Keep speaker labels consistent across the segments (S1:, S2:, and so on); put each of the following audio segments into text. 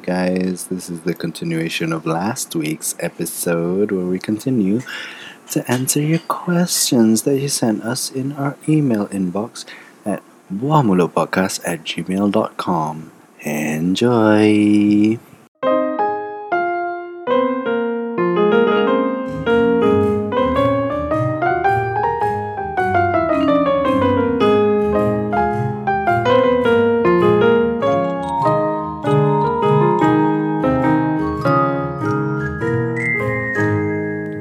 S1: guys. This is the continuation of last week's episode where we continue to answer your questions that you sent us in our email inbox at buamulopodcast at gmail.com. Enjoy!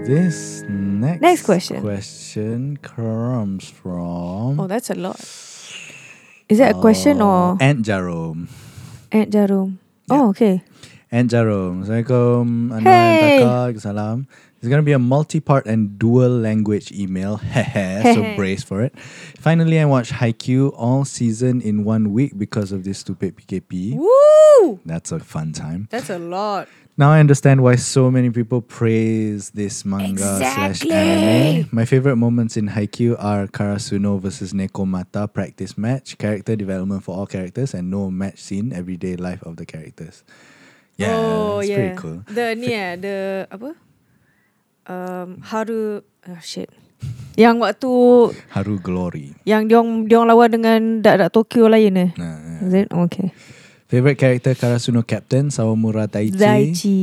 S2: This next,
S3: Next question.
S2: question comes from
S3: Oh, that's a lot. Is that a question or
S2: Aunt Jarom.
S3: Aunt Jarum?
S2: Oh. Yeah.
S3: Oh, okay.
S2: Aunt Jarom. Assalamualaikum. Anwar
S3: Hey.
S2: and Taka. Salam. It's going to be a multi-part and dual language email. Hehe. so brace for it. Finally, I watched Haikyuu all season in one week because of this stupid PKP.
S3: Woo!
S2: That's a fun time.
S3: That's a lot.
S2: Now I understand why so many people praise this manga slash anime. My favorite moments in Haikyuu are Karasuno versus Nekomata practice match, character development for all characters, and no match scene, everyday life of the characters. Yeah,
S3: oh,
S2: it's
S3: yeah.
S2: pretty cool.
S3: The ni eh, the apa? Um, Haru oh, shit. Yang waktu
S2: Haru Glory.
S3: yang diorang diorang lawan dengan dak-dak Tokyo lain eh.
S2: Nah, yeah.
S3: Is it? Okay.
S2: Favorite character Karasuno Captain Sawamura Taichi.
S3: Zaichi.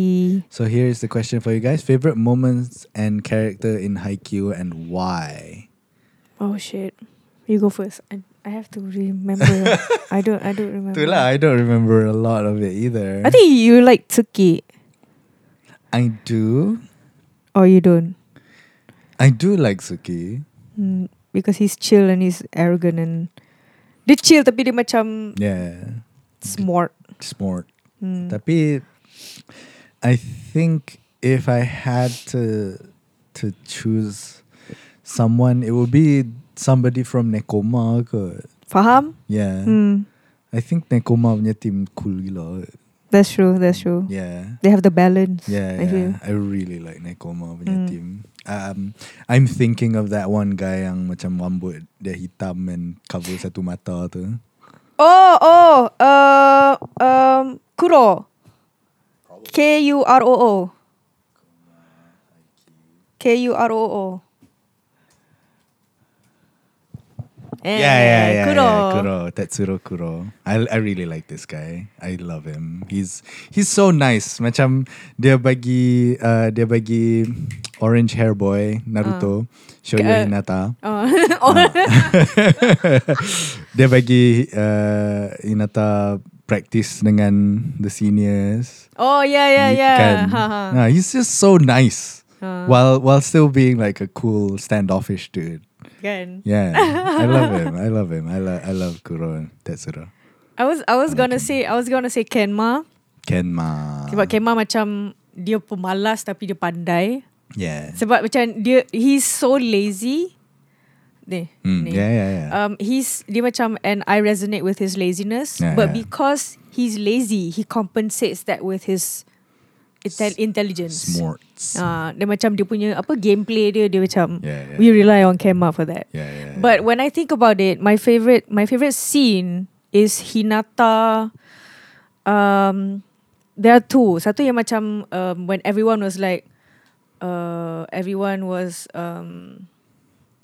S2: So here is the question for you guys: Favorite moments and character in Haikyuu and why?
S3: Oh shit. You go first. I, I have to remember. I don't I don't remember.
S2: Itulah, I don't remember a lot of it either.
S3: I think you like Tsuki
S2: I do.
S3: or you don't.
S2: I do like Suki.
S3: Mm, because he's chill and he's arrogant and dia chill tapi dia macam
S2: Yeah,
S3: smart.
S2: smart.
S3: Mm.
S2: Tapi, I think if I had to to choose someone, it would be somebody from Nekoma. Ke.
S3: Faham?
S2: Yeah,
S3: Hmm.
S2: I think Nekoma punya team cool gila.
S3: That's true. That's true.
S2: Yeah.
S3: They have the balance.
S2: Yeah,
S3: I feel.
S2: yeah. I really like Nekoma punya
S3: Mm.
S2: team. Um, I'm thinking of that one guy yang macam rambut dia hitam and cover satu mata tu.
S3: Oh, oh, uh, um, Kuro. K U R O O. K U R O O. Eh,
S2: yeah, yeah, yeah,
S3: Kuro.
S2: yeah, Kuro, Tetsuro Kuro. I I really like this guy. I love him. He's he's so nice. Macam dia bagi uh, dia bagi orange hair boy Naruto, Shoyo
S3: Ah. Ke-
S2: Hinata.
S3: Oh.
S2: Dia bagi uh, Hinata practice dengan the seniors.
S3: oh, yeah, yeah, yeah.
S2: Kan?
S3: Ha, ha.
S2: Nah, he's just so nice.
S3: Ha.
S2: While while still being like a cool standoffish dude.
S3: Kan?
S2: Yeah. I love him. I love him. I love I love Kuro Tetsuro.
S3: I was I was gonna say I was gonna say Kenma
S2: Kenma.
S3: sebab Kenma macam dia pemalas tapi dia pandai
S2: Yeah.
S3: sebab macam dia he's so lazy. Ni,
S2: Mm,
S3: ni.
S2: yeah, yeah, yeah.
S3: um he's dia macam and I resonate with his laziness
S2: Yeah,
S3: but
S2: yeah.
S3: because he's lazy he compensates that with his intel- intelligence
S2: Smorts.
S3: uh, dia macam dia punya apa gameplay dia dia macam
S2: Yeah, yeah.
S3: we rely on camera for that
S2: yeah, yeah, yeah.
S3: but when I think about it my favorite my favorite scene is Hinata um there are two satu yang macam um, when everyone was like uh, everyone was um,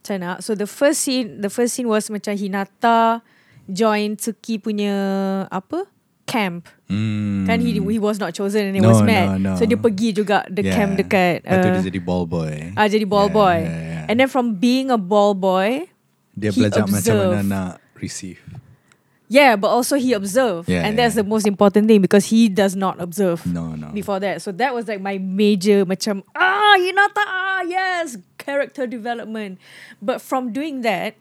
S3: macam mana? So the first scene, the first scene was macam Hinata join Tsuki punya apa? Camp.
S2: Mm.
S3: Kan he he was not chosen and he
S2: No,
S3: was mad.
S2: no, no.
S3: So dia pergi juga the
S2: Yeah.
S3: camp dekat
S2: Lepas tu
S3: uh,
S2: dia jadi ball boy.
S3: ah jadi ball
S2: Yeah,
S3: boy.
S2: yeah, yeah.
S3: And then from being a ball boy,
S2: Dia
S3: he
S2: belajar macam mana
S3: observed.
S2: nak receive.
S3: yeah, but also he observed.
S2: Yeah,
S3: and
S2: yeah,
S3: that's
S2: yeah.
S3: the most important thing because he does not observe.
S2: No, no.
S3: Before that, so that was like my major macam ah Hinata ah yes character development, but from doing that,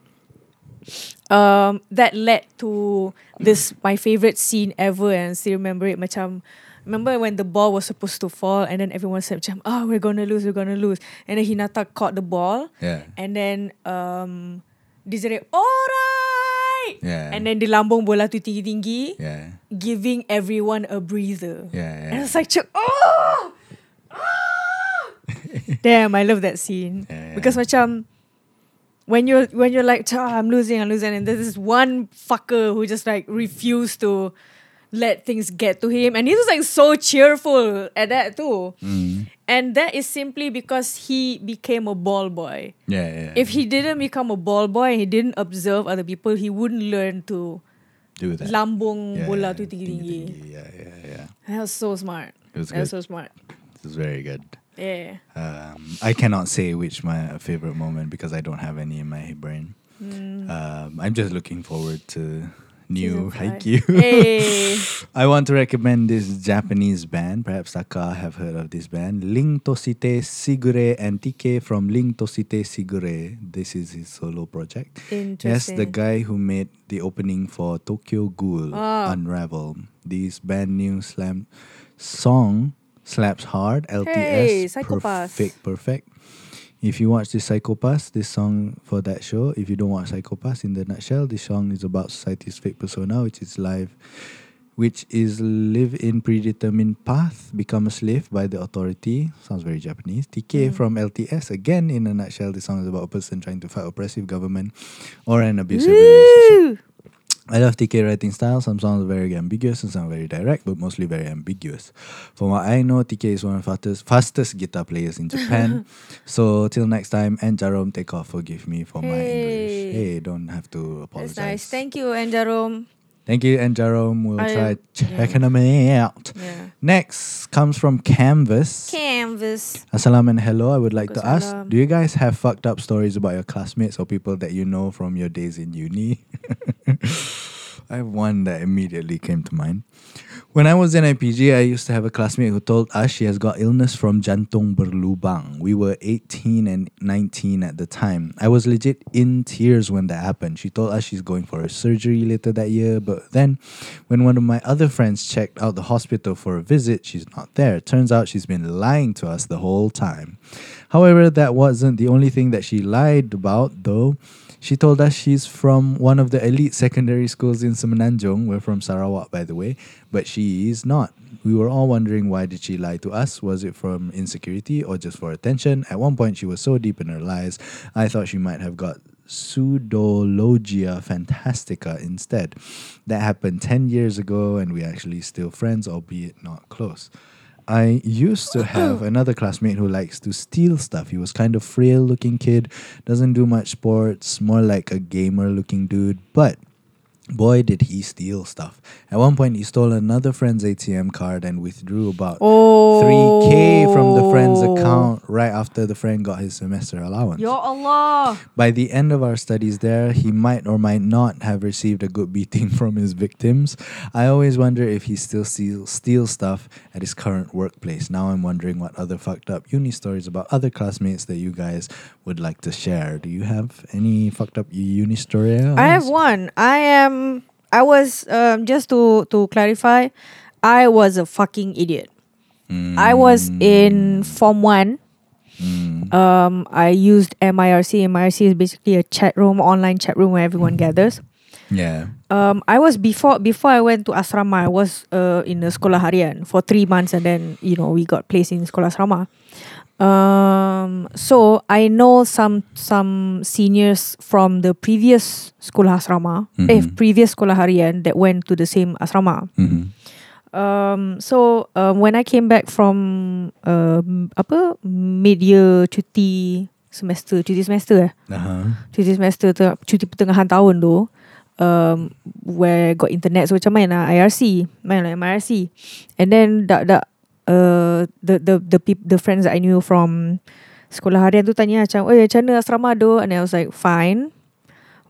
S3: um, that led to
S2: Mm.
S3: this my favorite scene ever and I still remember it macam remember when the ball was supposed to fall and then everyone said macam oh we're gonna lose we're gonna lose and then Hinata caught the ball
S2: Yeah.
S3: and then um dia jadi alright
S2: Yeah.
S3: and then dia lambung bola tu tinggi-tinggi
S2: Yeah.
S3: giving everyone a breather
S2: Yeah,
S3: and
S2: yeah.
S3: it's like "Cik, oh Damn, I love that scene.
S2: Yeah, yeah.
S3: Because macam when you're when you're like, "Ah, I'm losing, I'm losing, and there's this one fucker who just like refused to let things get to him and he was like so cheerful at that too.
S2: Mm.
S3: And that is simply because he became a ball boy.
S2: Yeah, yeah.
S3: If he didn't become a ball boy and he didn't observe other people, he wouldn't learn to
S2: do that.
S3: lambung
S2: Yeah,
S3: bola
S2: yeah,
S3: tu tinggi-tinggi.
S2: tinggi-tinggi. Yeah, yeah, yeah.
S3: That was so smart.
S2: It was
S3: that was
S2: good.
S3: so smart.
S2: This is very good.
S3: Yeah.
S2: Um, I cannot say which my favorite moment because I don't have any in my brain.
S3: Mm.
S2: Um, I'm just looking forward to new
S3: Season five.
S2: Haikyuu.
S3: Hey.
S2: I want to recommend this Japanese band. Perhaps Taka have heard of this band. Ling Tosite Sigure and TK from Ling Tosite Sigure. This is his solo project. Yes,
S3: Interesting.
S2: the guy who made the opening for Tokyo Ghoul
S3: Ah.
S2: Unravel. This band new slam song slaps hard. LTS.
S3: Hey, Psychopass.
S2: Perfect, perfect. If you watch this Psychopass, this song for that show, if you don't watch Psychopass, in the nutshell, this song is about society's fake persona, which is live, which is live in predetermined path, become a slave by the authority. Sounds very Japanese. TK from LTS, again, in a nutshell, this song is about a person trying to fight oppressive government or an abusive relationship.
S3: Woo!
S2: I love TK writing style. Some songs are very ambiguous and some very direct, but mostly very ambiguous. From what I know, TK is one of the fastest, fastest guitar players in Japan. so till next time, and Jerome, take off. Forgive me for my
S3: Hey.
S2: English. Hey, don't have to apologize.
S3: That's nice. Thank you, Anjarom.
S2: Thank you, and Jerome. We'll
S3: I-
S2: try checking them out.
S3: Yeah.
S2: Next comes from Canvas.
S3: Canvas.
S2: Assalam and hello. I would like to ask:
S3: Waalaikumsalam.
S2: Do you guys have fucked up stories about your classmates or people that you know from your days in uni? I have one that immediately came to mind. When I was in IPG, I used to have a classmate who told us she has got illness from jantung berlubang. We were 18 and 19 at the time. I was legit in tears when that happened. She told us she's going for a surgery later that year, but then when one of my other friends checked out the hospital for a visit, she's not there. Turns out she's been lying to us the whole time. However, that wasn't the only thing that she lied about, though. She told us she's from one of the elite secondary schools in Semenanjung. We're from Sarawak, by the way, but she is not. We were all wondering why did she lie to us? Was it from insecurity or just for attention? At one point, she was so deep in her lies, I thought she might have got pseudologia fantastica instead. That happened ten years ago, and we actually still friends, albeit not close. I used to have another classmate who likes to steal stuff. He was kind of frail looking kid, doesn't do much sports, more like a gamer looking dude, but boy did he steal stuff. At one point he stole another friend's ATM card and withdrew about
S3: Oh.
S2: 3k from the friend's account right after the friend got his semester allowance.
S3: Ya Allah.
S2: By the end of our studies there, he might or might not have received a good beating from his victims. I always wonder if he still steal, steals stuff at his current workplace. Now I'm wondering what other fucked up uni stories about other classmates that you guys would like to share. Do you have any fucked up uni story?
S3: I have one. I am. I was um, just to to clarify. I was a fucking idiot. I was
S2: Mm.
S3: in form one. Um, I used MIRC. MIRC is basically a chat room, online chat room where everyone gathers.
S2: Yeah.
S3: Um, I was before before I went to asrama. I was uh, in the sekolah harian for three months, and then you know we got placed in sekolah asrama. Um, so I know some some seniors from the previous sekolah asrama, eh,
S2: Mhm.
S3: previous sekolah harian that went to the same asrama.
S2: Mhm.
S3: Um, so um, when I came back from um, apa mid year cuti semester cuti semester eh
S2: Uh-huh.
S3: cuti semester ter, cuti pertengahan tahun tu um, where got internet so macam main lah IRC main lah MIRC and then dak dak uh, the the the peop- the friends that I knew from sekolah harian tu tanya macam oh macam mana asrama tu and I was like fine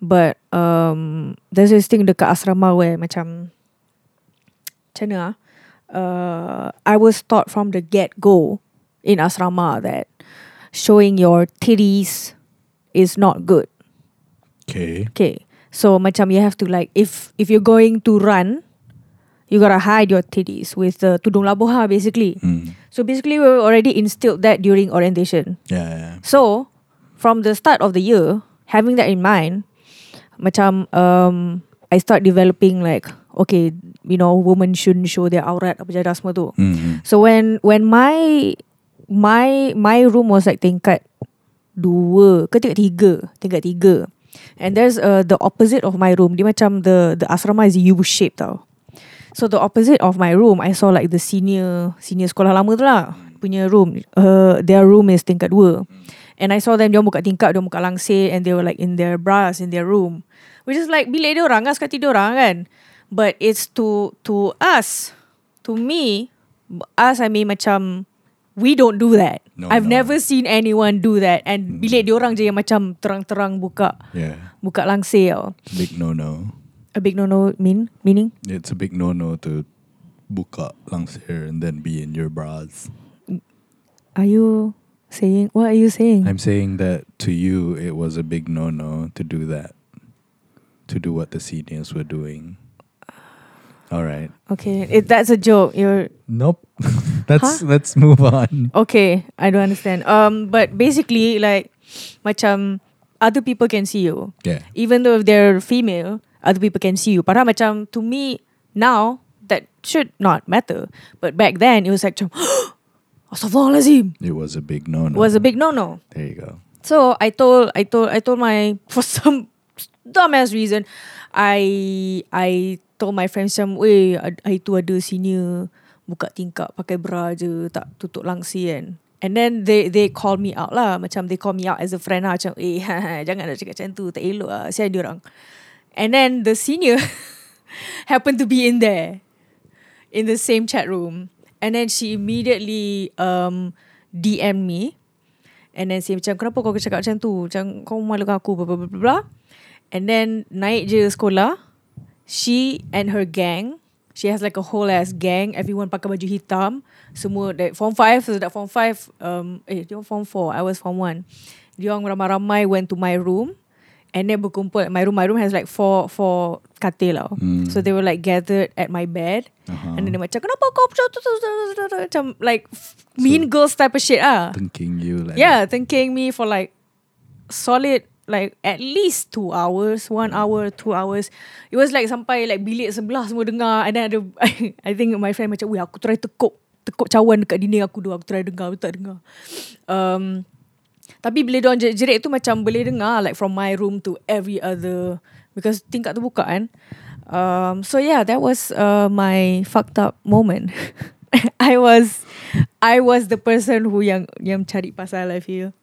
S3: but um, there's this thing dekat asrama where macam macam mana ah? uh, I was taught from the get go in asrama that showing your titties is not good
S2: Okay.
S3: Okay. So macam you have to like if if you're going to run, you gotta hide your titties with the tudung labuh lah, basically.
S2: Mm.
S3: So basically we were already instilled that during orientation.
S2: Yeah, yeah.
S3: So from the start of the year, having that in mind, macam um I start developing like okay, you know, women shouldn't show their aurat apa jadah semua tu.
S2: Mhm.
S3: So when when my my my room was like tingkat dua ke tingkat tiga, tingkat tiga. And there's uh, the opposite of my room. Dia macam the the asrama is U shape tau. So the opposite of my room, I saw like the senior senior sekolah lama tu lah punya room. Uh, their room is tingkat dua. And I saw them dia buka tingkap, dia buka langsir and they were like in their bras in their room. Which is like bilik dia orang kan suka tidur orang kan. But it's to to us, to me, us I mean macam we don't do that.
S2: No,
S3: I've
S2: no. Hmm.
S3: never seen anyone do that. And bilik dia orang je yang macam terang-terang buka
S2: Yeah,
S3: buka langsir tau.
S2: big no no.
S3: A big no no mean meaning?
S2: It's a big no no to book up langsir and then be in your bras.
S3: Are you saying what are you saying?
S2: I'm saying that to you, it was a big no no to do that, to do what the seniors were doing. All right.
S3: okay, it, that's a joke. You're
S2: Nope. let's let's move on.
S3: okay. I don't understand. Um, but basically, like, macam other people can see you,
S2: Yeah.
S3: even though if they're female, other people can see you. Padahal macam to me now that should not matter, but back then it was like, macam, Astaghfirullahalazim
S2: It was a big no no.
S3: was a big no no.
S2: There you go.
S3: So I told I told I told my for some dumbass reason I I told my friends macam Weh ad- hari tu ada senior Buka tingkap pakai bra je Tak tutup langsir kan And then they they call me out lah Macam they call me out as a friend lah Macam eh jangan nak cakap macam tu Tak elok lah Sial dia orang And then the senior Happened to be in there in the same chat room and then she immediately um DM me and then say macam kenapa kau cakap macam tu macam kau malukan aku blah blah blah blah, blah and then naik je sekolah she and her gang she has like a whole ass gang everyone pakai baju hitam semua that form 5 so that form 5 um eh dia orang form 4 I was form 1 dia orang ramai-ramai went to my room and then berkumpul at my room my room has like four four katil lah
S2: Hmm.
S3: so they were like gathered at my bed
S2: Uh-huh.
S3: And then dia macam Kenapa kau macam tu tu tu, tu, tu, tu?" Macam like f- Mean girls type of shit ah
S2: Thinking you like
S3: Yeah thanking me for like Solid Like at least two hours One hour Two hours It was like sampai Like bilik sebelah semua dengar And then ada I, I think my friend macam Weh aku try tekuk Tekuk cawan dekat dinding aku dulu Aku try dengar Aku tak dengar um, Tapi bila diorang jerit-jerit tu Macam boleh dengar Like from my room to every other Because tingkat tu buka kan um, So yeah That was uh, my fucked up moment I was I was the person who yang yang cari pasal I feel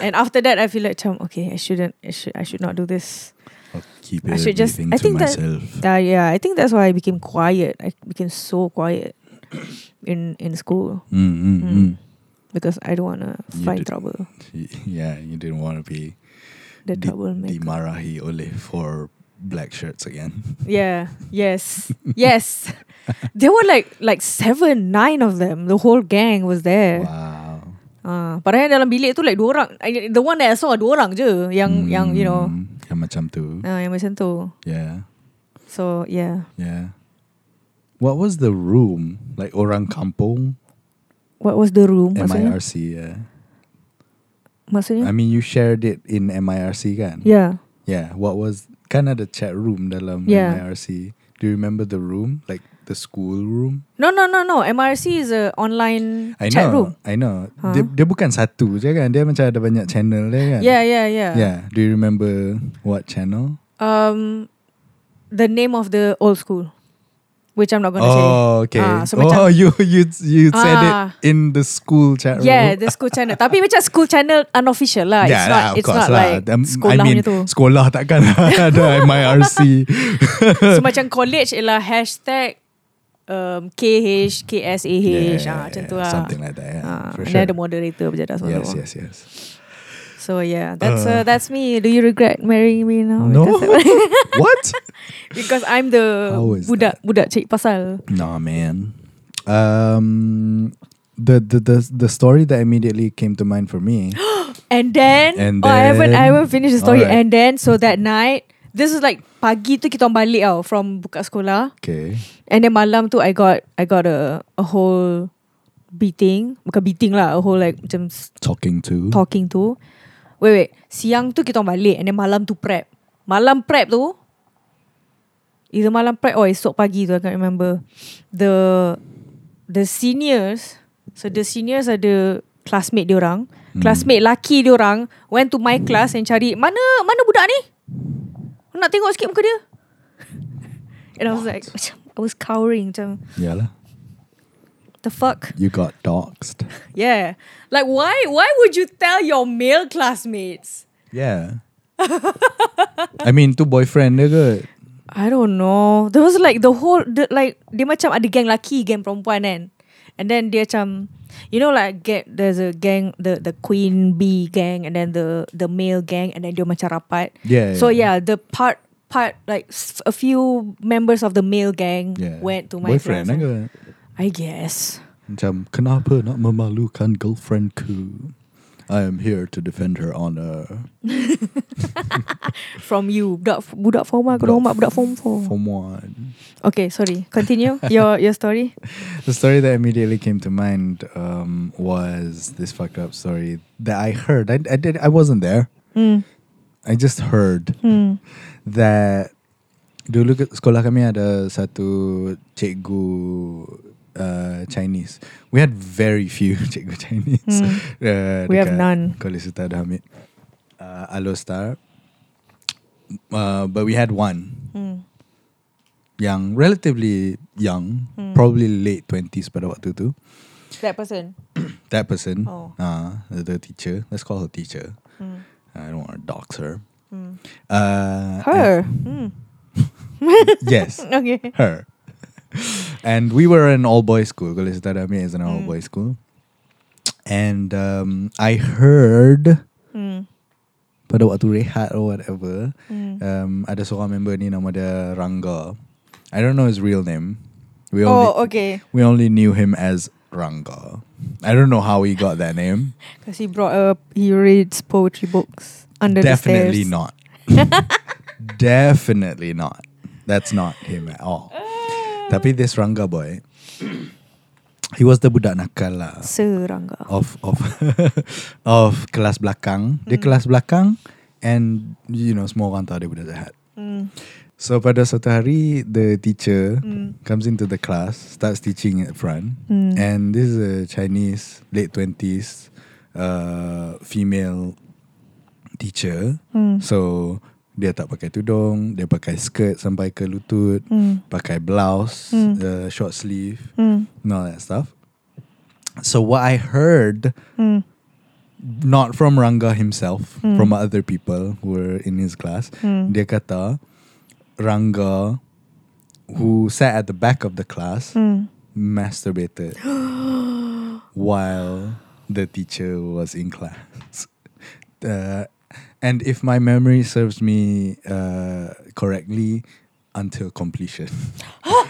S3: And after that I feel like macam Okay I shouldn't I should, I should not do this
S2: I'll keep
S3: I
S2: everything
S3: should just- I
S2: to
S3: think that-
S2: myself.
S3: that, Yeah I think that's why I became quiet I became so quiet In in school
S2: mm, mm, mm.
S3: Mm. Because I don't wanna
S2: You
S3: find
S2: did-
S3: trouble
S2: Yeah, you didn't want to be
S3: The
S2: di-
S3: trouble maker
S2: dimarahi oleh for black shirts again.
S3: Yeah. Yes. yes. There were like like seven, nine of them. The whole gang was there.
S2: Wow.
S3: Ah, padahal dalam bilik tu like dua orang. I- The one that I saw dua orang je yang yang you know.
S2: Mm, yang macam tu.
S3: Ah, yang macam tu.
S2: Yeah.
S3: So yeah.
S2: Yeah. What was the room? Like orang kampung?
S3: What was the room? Maksudnya?
S2: MIRC, yeah.
S3: Maksudnya?
S2: I mean, you shared it in MIRC kan?
S3: yeah.
S2: Yeah. What was kind of the chat room dalam
S3: Yeah.
S2: MIRC? Do you remember the room? Like the school room?
S3: No no no no. MRC is a online
S2: I know.
S3: chat room.
S2: I know.
S3: Huh?
S2: Dia, dia bukan satu je kan? Dia macam ada banyak channel dia kan?
S3: Yeah yeah yeah.
S2: Yeah. Do you remember what channel?
S3: Um, the name of the old school, which I'm not gonna say.
S2: Oh, okay.
S3: Ah, so
S2: oh,
S3: macam-
S2: you you you said
S3: Ah.
S2: it in the school chat room.
S3: Yeah, the school channel. Tapi macam school channel unofficial lah. It's not,
S2: lah,
S3: it's not like
S2: Um,
S3: sekolah
S2: I mean,
S3: punya tu.
S2: sekolah takkan ada MIRC.
S3: so macam college ialah hashtag um, KHKSAH. Yeah, ah, macam tu lah.
S2: Something like that, yeah.
S3: Ah,
S2: for
S3: and
S2: sure.
S3: then ada moderator je dah semua.
S2: yes,
S3: tu.
S2: yes, yes.
S3: So yeah, that's
S2: Uh.
S3: uh, that's me. Do you regret marrying me now?
S2: No.
S3: Because,
S2: what?
S3: because I'm the
S2: How is
S3: budak budak cik pasal.
S2: Nah, man. Um, the, the the the story that immediately came to mind for me.
S3: And then,
S2: And
S3: oh, I haven't
S2: then-
S3: I haven't finished the story.
S2: Alright.
S3: And then so that night, this is like pagi tu kita orang balik tau from buka sekolah.
S2: okay.
S3: And then malam tu I got I got a a whole beating, bukan beating lah, a whole like macam s-
S2: Talking to.
S3: talking tu. Wait wait, siang tu kita orang balik and then malam tu prep. Malam prep tu Either malam prep or esok pagi tu I can't remember. The the seniors, so the seniors ada classmate dia orang. Classmate laki dia orang went to my class and cari mana mana budak ni? Nak tengok sikit muka dia. And I was like macam I was cowering macam
S2: Yeah lah.
S3: the fuck
S2: You got doxed.
S3: yeah like why why would you tell your male classmates
S2: Yeah. I mean tu boyfriend dia kot.
S3: I don't know there was like the whole the, like dia macam ada gang laki gang perempuan kan and then dia macam you know like get there's a gang the the queen bee gang and then the the male gang and then dia macam rapat
S2: Yeah,
S3: so
S2: yeah.
S3: yeah the part part like s- a few members of the male gang
S2: Yeah.
S3: went to my
S2: boyfriend
S3: class.
S2: lah kot.
S3: I guess
S2: Macam kenapa nak memalukan girlfriend ku? I am here to defend her honor.
S3: from you budak budak form one
S2: Budak
S3: kena hormat budak form four.
S2: Form one.
S3: Okay, sorry. Continue your your story.
S2: The story that immediately came to mind um, was this fucked up story that I heard. I, I did. I wasn't there.
S3: Hmm,
S2: I just heard that dulu ke- sekolah kami ada satu cikgu uh, Chinese. We had very few cikgu
S3: Hmm.
S2: Chinese. Uh,
S3: We have
S2: dekat
S3: none.
S2: Kolej Sultan Hamid. Uh, Alostar. Uh, but we had one
S3: hmm.
S2: yang relatively young,
S3: Hmm.
S2: probably late 20s pada waktu tu.
S3: That person.
S2: That person,
S3: Oh.
S2: uh, the, the teacher, let's call her teacher.
S3: Hmm,
S2: I don't want to dox her. Uh,
S3: Her.
S2: and-
S3: Hmm.
S2: yes,
S3: Okay.
S2: her. and we were an all boys school. Kolej Sultan Hamid is an
S3: Hmm.
S2: all boys school. And um, I heard
S3: Hmm.
S2: pada waktu rehat or whatever, um, ada seorang member ni nama dia Ranga. I don't know his real name. We only,
S3: Oh, okay.
S2: we only knew him as Ranga. I don't know how he got that name.
S3: Because he brought up, he reads poetry books under
S2: Definitely
S3: the stairs.
S2: not. Definitely not. That's not him at all.
S3: Ah.
S2: Tapi this Ranga boy, he was the budak nakal lah
S3: Serangga.
S2: of of of kelas belakang. Dia
S3: Hmm.
S2: kelas belakang and you know semua orang tahu dia budak jahat.
S3: Hmm.
S2: So pada satu hari the teacher
S3: Hmm.
S2: comes into the class, starts teaching at front, and this is a Chinese late twenties uh, female teacher.
S3: Hmm.
S2: So dia tak pakai tudung, dia pakai skirt sampai ke lutut,
S3: Hmm.
S2: pakai blouse, uh, short sleeve,
S3: Hmm.
S2: and all that stuff. So what I heard,
S3: Hmm.
S2: not from Ranga himself, from other people who were in his class, dia kata Ranga, who sat at the back of the class, masturbated while the teacher was in class. Uh, and if my memory serves me uh, correctly, until completion.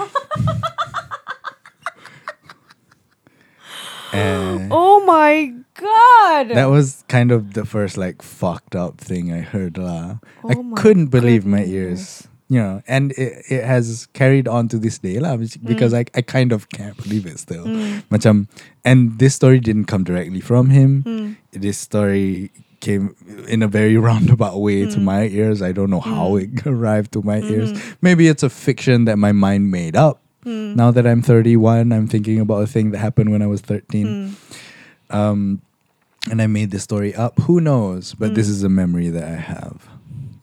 S2: And-
S3: Oh my god.
S2: that was kind of the first like fucked up thing I heard lah. I
S3: Oh my
S2: couldn't believe my ears. You know, and it, it has carried on to this day lah, which- because
S3: Mm.
S2: I, I kind of can't believe it still.
S3: Hmm.
S2: Macam, and this story didn't come directly from him.
S3: Mm. Hmm.
S2: This story came in a very roundabout way
S3: Mm.
S2: to my ears. I don't know how it arrived to my
S3: Mm-hmm.
S2: ears. Maybe it's a fiction that my mind made up.
S3: Hmm. Mm.
S2: Now that I'm 31, I'm thinking about a thing that happened when I was
S3: Mm.
S2: 13
S3: Hmm.
S2: Um, and I made this story up. Who knows? But this is a memory that I have.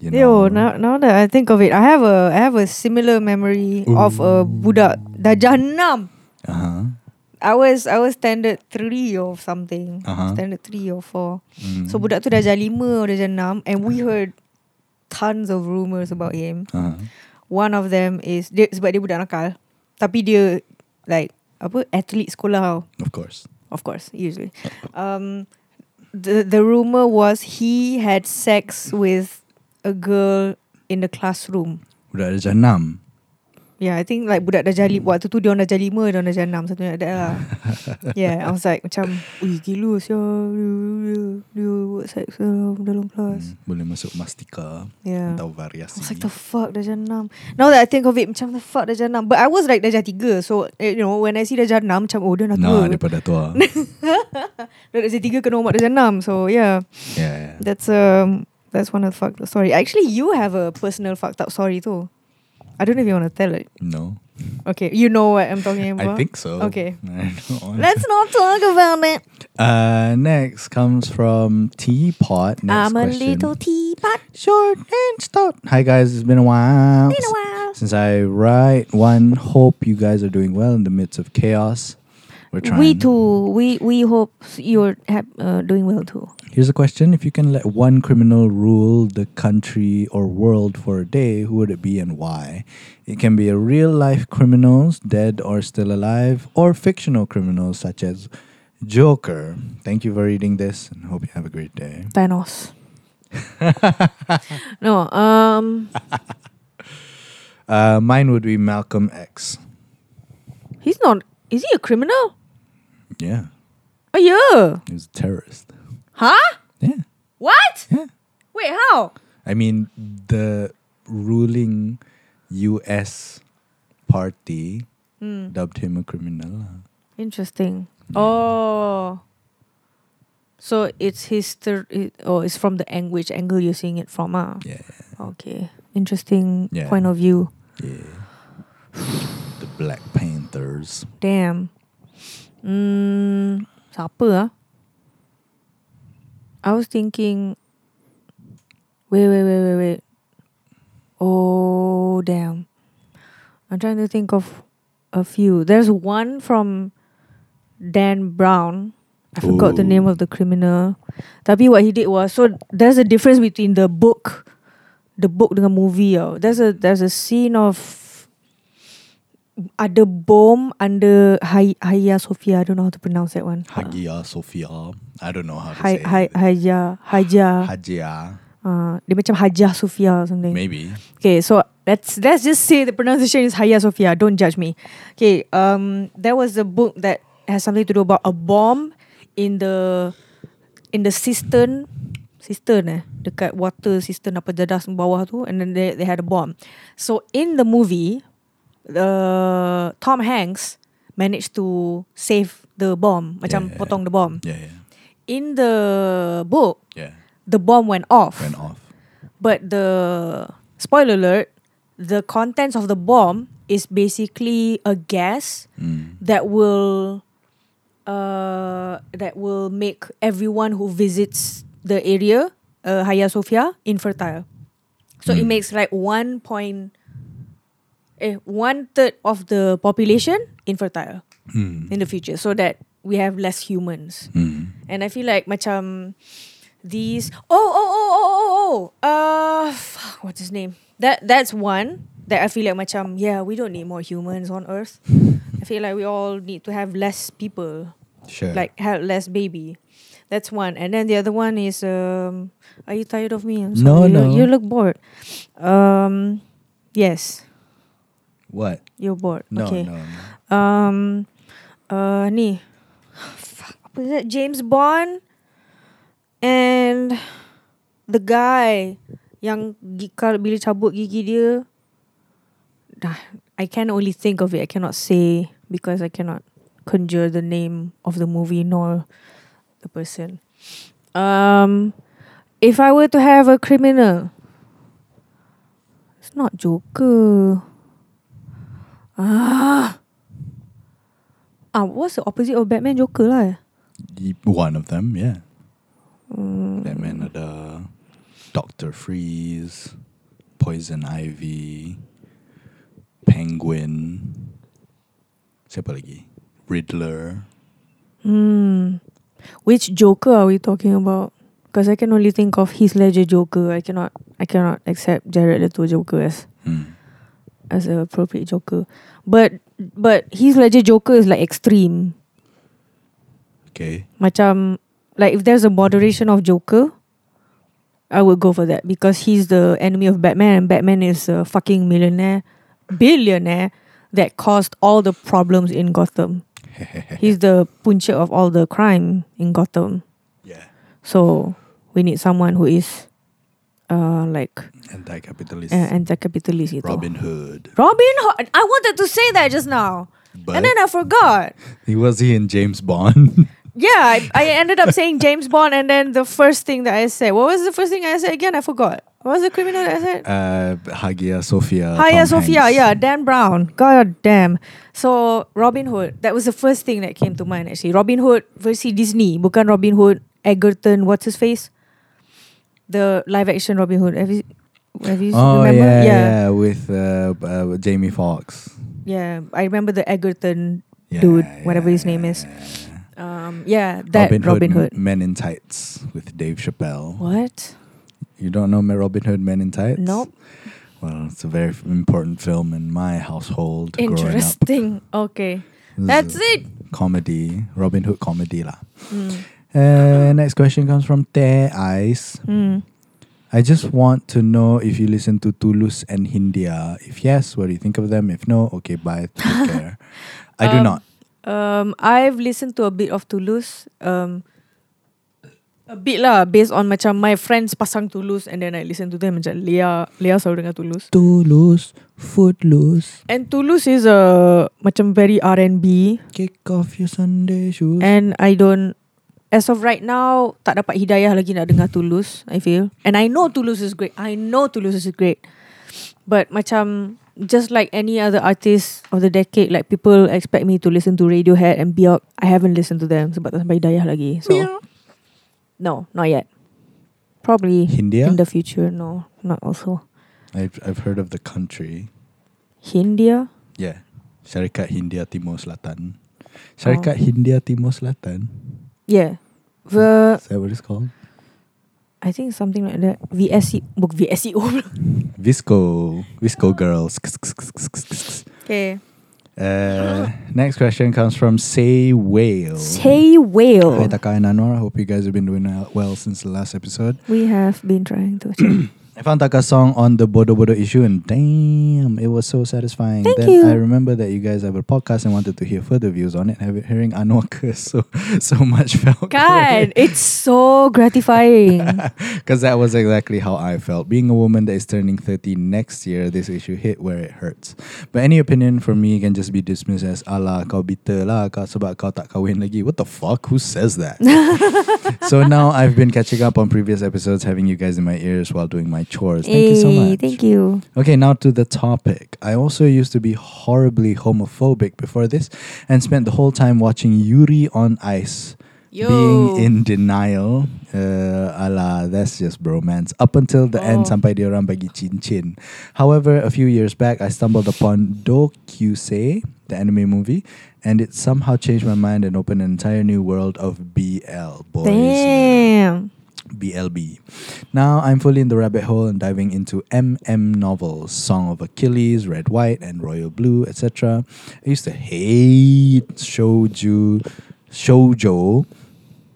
S2: You know,
S3: Hmm. Yo, now, now that I think of it, I have a I have a similar memory of a budak darjah enam.
S2: Uh-huh.
S3: I was I was standard 3 or something.
S2: Uh-huh. Mm.
S3: Standard 3 or 4. So budak tu darjah 5 or darjah 6 and we heard tons of rumors about him.
S2: Uh-huh.
S3: One of them is dia, sebab dia budak nakal. Tapi dia like apa athlete sekolah tau.
S2: Of course.
S3: Of course, usually. Um, the the rumor was he had sex with a girl in the classroom.
S2: Budak darjah enam.
S3: Yeah, I think like budak darjah lima waktu tu dia orang darjah lima, dia orang darjah enam something like that lah. yeah, I was like macam, "Ui, gila sia. Dia, dia, dia buat sex dalam dalam kelas."
S2: Hmm. Boleh masuk mastika
S3: Yeah.
S2: atau
S3: I
S2: variasi.
S3: was like, the fuck, darjah enam. Now that I think of it, macam the fuck darjah enam. But I was like darjah tiga. So, eh, you know, when I see darjah enam, macam, oh, dia dah
S2: nah,
S3: tua.
S2: daripada tua.
S3: darjah tiga kena hormat darjah enam. So, yeah.
S2: yeah. yeah.
S3: That's um that's one of the fucked up story. Actually, you have a personal fucked up story too. I don't know if you want to tell it.
S2: No.
S3: Okay, you know what I'm talking about.
S2: I think so.
S3: Okay.
S2: I don't want-
S3: Let's not talk about it.
S2: Uh, next comes from Teapot. Next
S3: I'm a
S2: question.
S3: little teapot.
S2: short and stout. Hi guys, it's been a while.
S3: Been a while.
S2: Since I write one, hope you guys are doing well in the midst of chaos. We're trying.
S3: We too. We we hope you're hap- uh, doing well too.
S2: Here's a question: If you can let one criminal rule the country or world for a day, who would it be and why? It can be a real life criminals, dead or still alive, or fictional criminals such as Joker. Thank you for reading this, and hope you have a great day.
S3: Thanos. no. Um.
S2: Uh, mine would be Malcolm X.
S3: He's not. Is he a criminal?
S2: Yeah,
S3: Oh yeah.
S2: he was a terrorist.
S3: Huh?
S2: Yeah,
S3: What?
S2: yeah.
S3: Wait, how?
S2: I mean, the ruling U.S. party
S3: Hmm.
S2: dubbed him a criminal. lah.
S3: Interesting. Oh. So it's his third. It, oh, it's from the angle, which angle you're seeing it from, ah.
S2: Yeah,
S3: Okay. Interesting
S2: Yeah.
S3: point of view.
S2: yeah. the Black Panthers.
S3: Damn. Hmm. Siapa ah? I was thinking. Wait, wait, wait, wait, wait. Oh damn! I'm trying to think of a few. There's one from Dan Brown. I forgot the name of the criminal. Tapi what he did was so there's a difference between the book, the book dengan movie. Tau. There's a there's a scene of ada bom under Hay- Hagia Sophia. I don't know how to pronounce that one.
S2: Hagia Sophia. I don't know how to
S3: Hay-
S2: say Ha.
S3: Hay-
S2: it.
S3: Hagia Hagia.
S2: Hagia.
S3: Uh, dia macam Hagia Sophia or something.
S2: Maybe.
S3: Okay, so let's let's just say the pronunciation is Hagia Sophia. Don't judge me. Okay, um, there was a book that has something to do about a bomb in the in the cistern cistern eh dekat water cistern apa dadah bawah tu and then they they had a bomb. So in the movie, the Tom Hanks managed to save the bomb macam
S2: Yeah.
S3: potong the bomb.
S2: Yeah, yeah,
S3: In the book,
S2: yeah.
S3: the bomb went off.
S2: Went off.
S3: But the spoiler alert, the contents of the bomb is basically a gas
S2: Mm.
S3: that will uh that will make everyone who visits the area, uh, Hagia Sophia, infertile. So it makes like one point eh, one third of the population infertile
S2: Mm.
S3: in the future so that we have less humans.
S2: Mm.
S3: And I feel like macam these oh oh oh oh oh oh uh fuck, what's his name? That that's one that I feel like macam yeah we don't need more humans on Earth. I feel like we all need to have less people,
S2: Sure.
S3: like have less baby. That's one. And then the other one is um are you tired of me? I'm
S2: No,
S3: sorry. You-
S2: no.
S3: You look bored. Um yes,
S2: what?
S3: you're bored.
S2: No,
S3: okay.
S2: no, no.
S3: Um, uh, ni. Fuck, apa is it? James Bond and the guy yang gi- kalau bila cabut gigi dia. Dah, I can only think of it. I cannot say because I cannot conjure the name of the movie nor the person. Um, if I were to have a criminal, it's not Joker. Ah. Ah, what's the opposite of Batman Joker lah? eh?
S2: Y- One of them, yeah.
S3: Mm.
S2: Batman ada Doctor Freeze, Poison Ivy, Penguin. Siapa lagi? Riddler.
S3: Hmm. Which Joker are we talking about? Because I can only think of Heath Ledger Joker. I cannot, I cannot accept Jared Leto Joker as
S2: Hmm.
S3: as a appropriate Joker. But but Heath Ledger Joker is like extreme.
S2: Okay.
S3: Macam like if there's a moderation of Joker, I would go for that because he's the enemy of Batman and Batman is a fucking millionaire, billionaire that caused all the problems in Gotham. He's the puncher of all the crime in Gotham.
S2: yeah.
S3: So we need someone who is uh like
S2: Anti-capitalist.
S3: uh, anti-capitalist gitu.
S2: Robin Hood.
S3: Robin Hood. I wanted to say that just now.
S2: But
S3: and then I forgot.
S2: he was he in James Bond.
S3: Yeah, I, I ended up saying James Bond and then the first thing that I said. What was the first thing I said again? I forgot. What was the criminal that I said?
S2: uh, Hagia Sophia. Uh,
S3: Hiya
S2: Tom
S3: Sophia,
S2: Hanks.
S3: yeah, Dan Brown. God damn. So Robin Hood, that was the first thing that came to mind actually. Robin Hood versus Disney, bukan Robin Hood Egerton, what's his face? The live action Robin Hood. Have you, Have you
S2: Oh
S3: remember?
S2: yeah, yeah,
S3: yeah,
S2: with uh, b- uh, Jamie Fox.
S3: yeah. I remember the Egerton
S2: Yeah,
S3: dude, whatever his name is. Um, yeah, that Robin, Hood.
S2: Men in Tights with Dave Chappelle.
S3: What?
S2: You don't know Ma- Robin Hood Men in Tights?
S3: Nope.
S2: Well, it's a very f- important film in my household growing up.
S3: Interesting. Okay, that's it.
S2: Comedy, Robin Hood comedy lah.
S3: Mm.
S2: Uh, next question comes from Te Ice.
S3: Mm.
S2: I just want to know if you listen to Toulouse and Hindia. If yes, what do you think of them? If no, okay, bye. Take care. I do
S3: Um,
S2: not.
S3: Um, I've listened to a bit of Toulouse. Um, a bit lah, based on macam my friends pasang Toulouse and then I listen to them macam Leah, Leah selalu dengar Toulouse.
S2: Toulouse, footloose,
S3: And Toulouse is a macam very R&B
S2: kick off your Sunday shoes.
S3: Mm-hmm. and I don't as of right now tak dapat hidayah lagi nak dengar Toulouse, I feel. And I know Toulouse is great. I know Toulouse is great. But macam just like any other artist of the decade like people expect me to listen to Radiohead and Bjork. I haven't listened to them sebab tak sampai hidayah lagi. So no, not yet. Probably
S2: Hindia?
S3: in the future. No, not also.
S2: I've, I've heard of the country.
S3: Hindia?
S2: Yeah. Syarikat Hindia Timur Selatan.
S3: Oh.
S2: Syarikat Hindia Timur Selatan.
S3: Yeah. The
S2: Is that what it's called?
S3: I think something like that. VSE, book E VSEO.
S2: Visco. Visco Girls. Kss, kss, kss, kss, kss, kss.
S3: Okay.
S2: Uh, next question comes from Say Whale.
S3: Say
S2: Hi,
S3: whale.
S2: Taka and Anwar. I hope you guys have been doing uh, well since the last episode.
S3: We have been trying to. check.
S2: I found Taka's song on the Bodo Bodo issue, and damn, it was so satisfying.
S3: Thank
S2: then
S3: you.
S2: I remember that you guys have a podcast and wanted to hear further views on it. Have- Hearing Anwar curse so so much felt
S3: God, it's so gratifying.
S2: because that was exactly how I felt. Being a woman that is turning 30 next year, this issue hit where it hurts. But any opinion from me can just be dismissed as "Alah, kau bitter lah, kau sebab kau tak kahwin lagi." What the fuck? Who says that? so now I've been catching up on previous episodes, having you guys in my ears while doing my chores. Thank you so
S3: Hey,
S2: much.
S3: Thank you.
S2: Okay, now to the topic. I also used to be horribly homophobic before this and spent the whole time watching Yuri on Ice.
S3: Yo.
S2: Being in denial uh, Alah That's just bromance Up until the end
S3: Oh.
S2: Sampai diorang bagi cincin However A few years back I stumbled upon Dokusei The anime movie And it somehow changed my mind And opened an entire new world Of BL Boys
S3: Damn.
S2: BLB. Now I'm fully in the rabbit hole and diving into MM novels, Song of Achilles, Red White, and Royal Blue, etc. I used to hate shoujo, shoujo,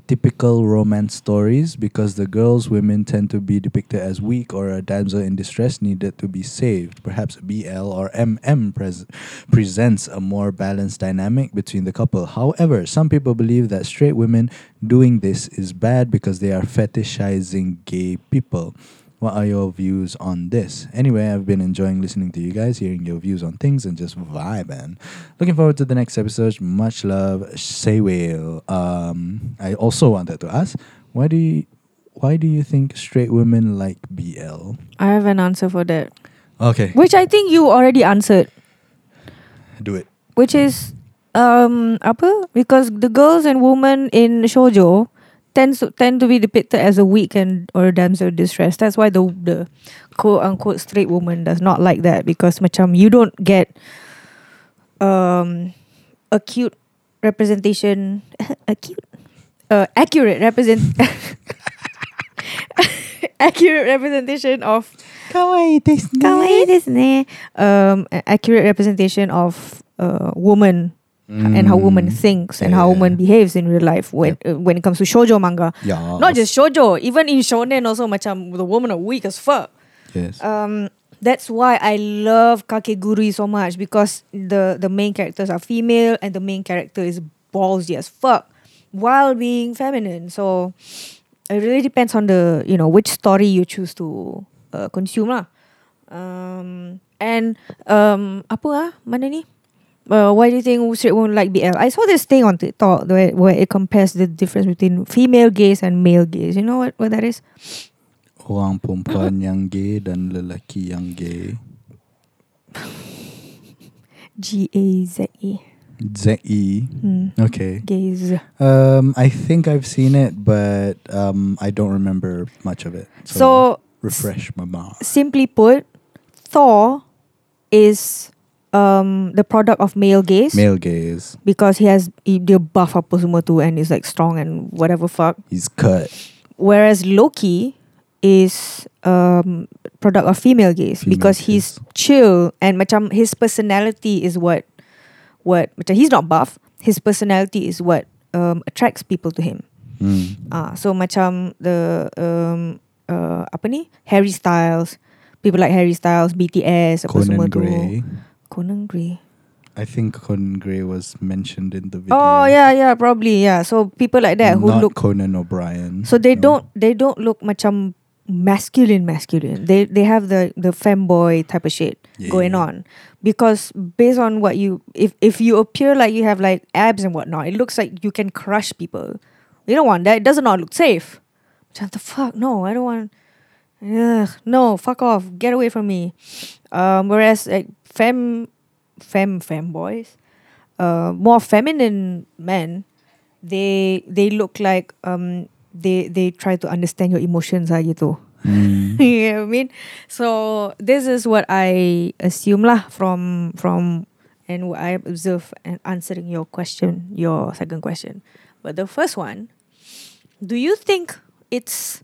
S2: typical romance stories because the girls, women tend to be depicted as weak or a damsel in distress needed to be saved. Perhaps BL or MM pres- presents a more balanced dynamic between the couple. However, some people believe that straight women doing this is bad because they are fetishizing gay people. What are your views on this? Anyway, I've been enjoying listening to you guys, hearing your views on things, and just vibing. Looking forward to the next episode. Much love, Say Whale. Um, I also wanted to ask, why do you, why do you think straight women like BL?
S3: I have an answer for that,
S2: Okay,
S3: which I think you already answered,
S2: do it.
S3: which is um apa? Because the girls and women in shoujo tends to, tend to be depicted as a weak and or damsel in distress. That's why the the quote unquote straight woman does not like that because macam you don't get um acute representation acute uh, accurate represent accurate representation of
S2: Kawaii this
S3: kawaii um a- accurate representation of uh woman and how
S2: Mm.
S3: woman thinks and how
S2: Yeah.
S3: woman behaves in real life when uh, when it comes to shoujo manga
S2: Yeah.
S3: not just shoujo even in shonen also macam the women are weak as fuck
S2: yes.
S3: um that's why I love Kakegurui so much because the the main characters are female and the main character is ballsy as fuck while being feminine. So it really depends on the you know which story you choose to uh, consume lah. Um, and um, apa ah mana ni? Uh, why do you think straight women like BL? I saw this thing on TikTok where, where it compares the difference between female gaze and male gaze. You know what, what that is?
S2: Orang perempuan yang gay dan lelaki yang gay.
S3: G A Z E.
S2: Z-E.
S3: Hmm.
S2: E. Okay.
S3: Gaze.
S2: Um, I think I've seen it, but um, I don't remember much of it.
S3: So,
S2: refresh my mind.
S3: Simply put, Thor is um, the product of male gaze
S2: Male gaze.
S3: because he has he, dia buff apa semua tu and is like strong and whatever fuck.
S2: He's cut.
S3: Whereas Loki is um, product of female gaze
S2: Female
S3: because he's chill and macam his personality is what what macam he's not buff. His personality is what um, attracts people to him.
S2: Mm.
S3: Ah, so macam the um, uh, apa ni Harry Styles, people like Harry Styles, BTS, apa semua
S2: Conan
S3: tu.
S2: Gray.
S3: Conan Gray.
S2: I think Conan Gray was mentioned in the video.
S3: Oh yeah, yeah, probably yeah. So people like that who
S2: Not
S3: look
S2: Conan O'Brien.
S3: so they
S2: no.
S3: don't they don't look macam masculine masculine. They they have the the femboy type of shit
S2: Yeah,
S3: going
S2: yeah.
S3: on because based on what you if if you appear like you have like abs and whatnot, it looks like you can crush people. You don't want that. It does not look safe. What the fuck? No, I don't want. Ugh, no, fuck off. Get away from me. Um, whereas like fem, fem, femboys, uh, more feminine men, they they look like um they they try to understand your emotions ah gitu.
S2: Mm.
S3: you know what I mean? So this is what I assume lah from from and what I observe and answering your question, your second question. But the first one, do you think it's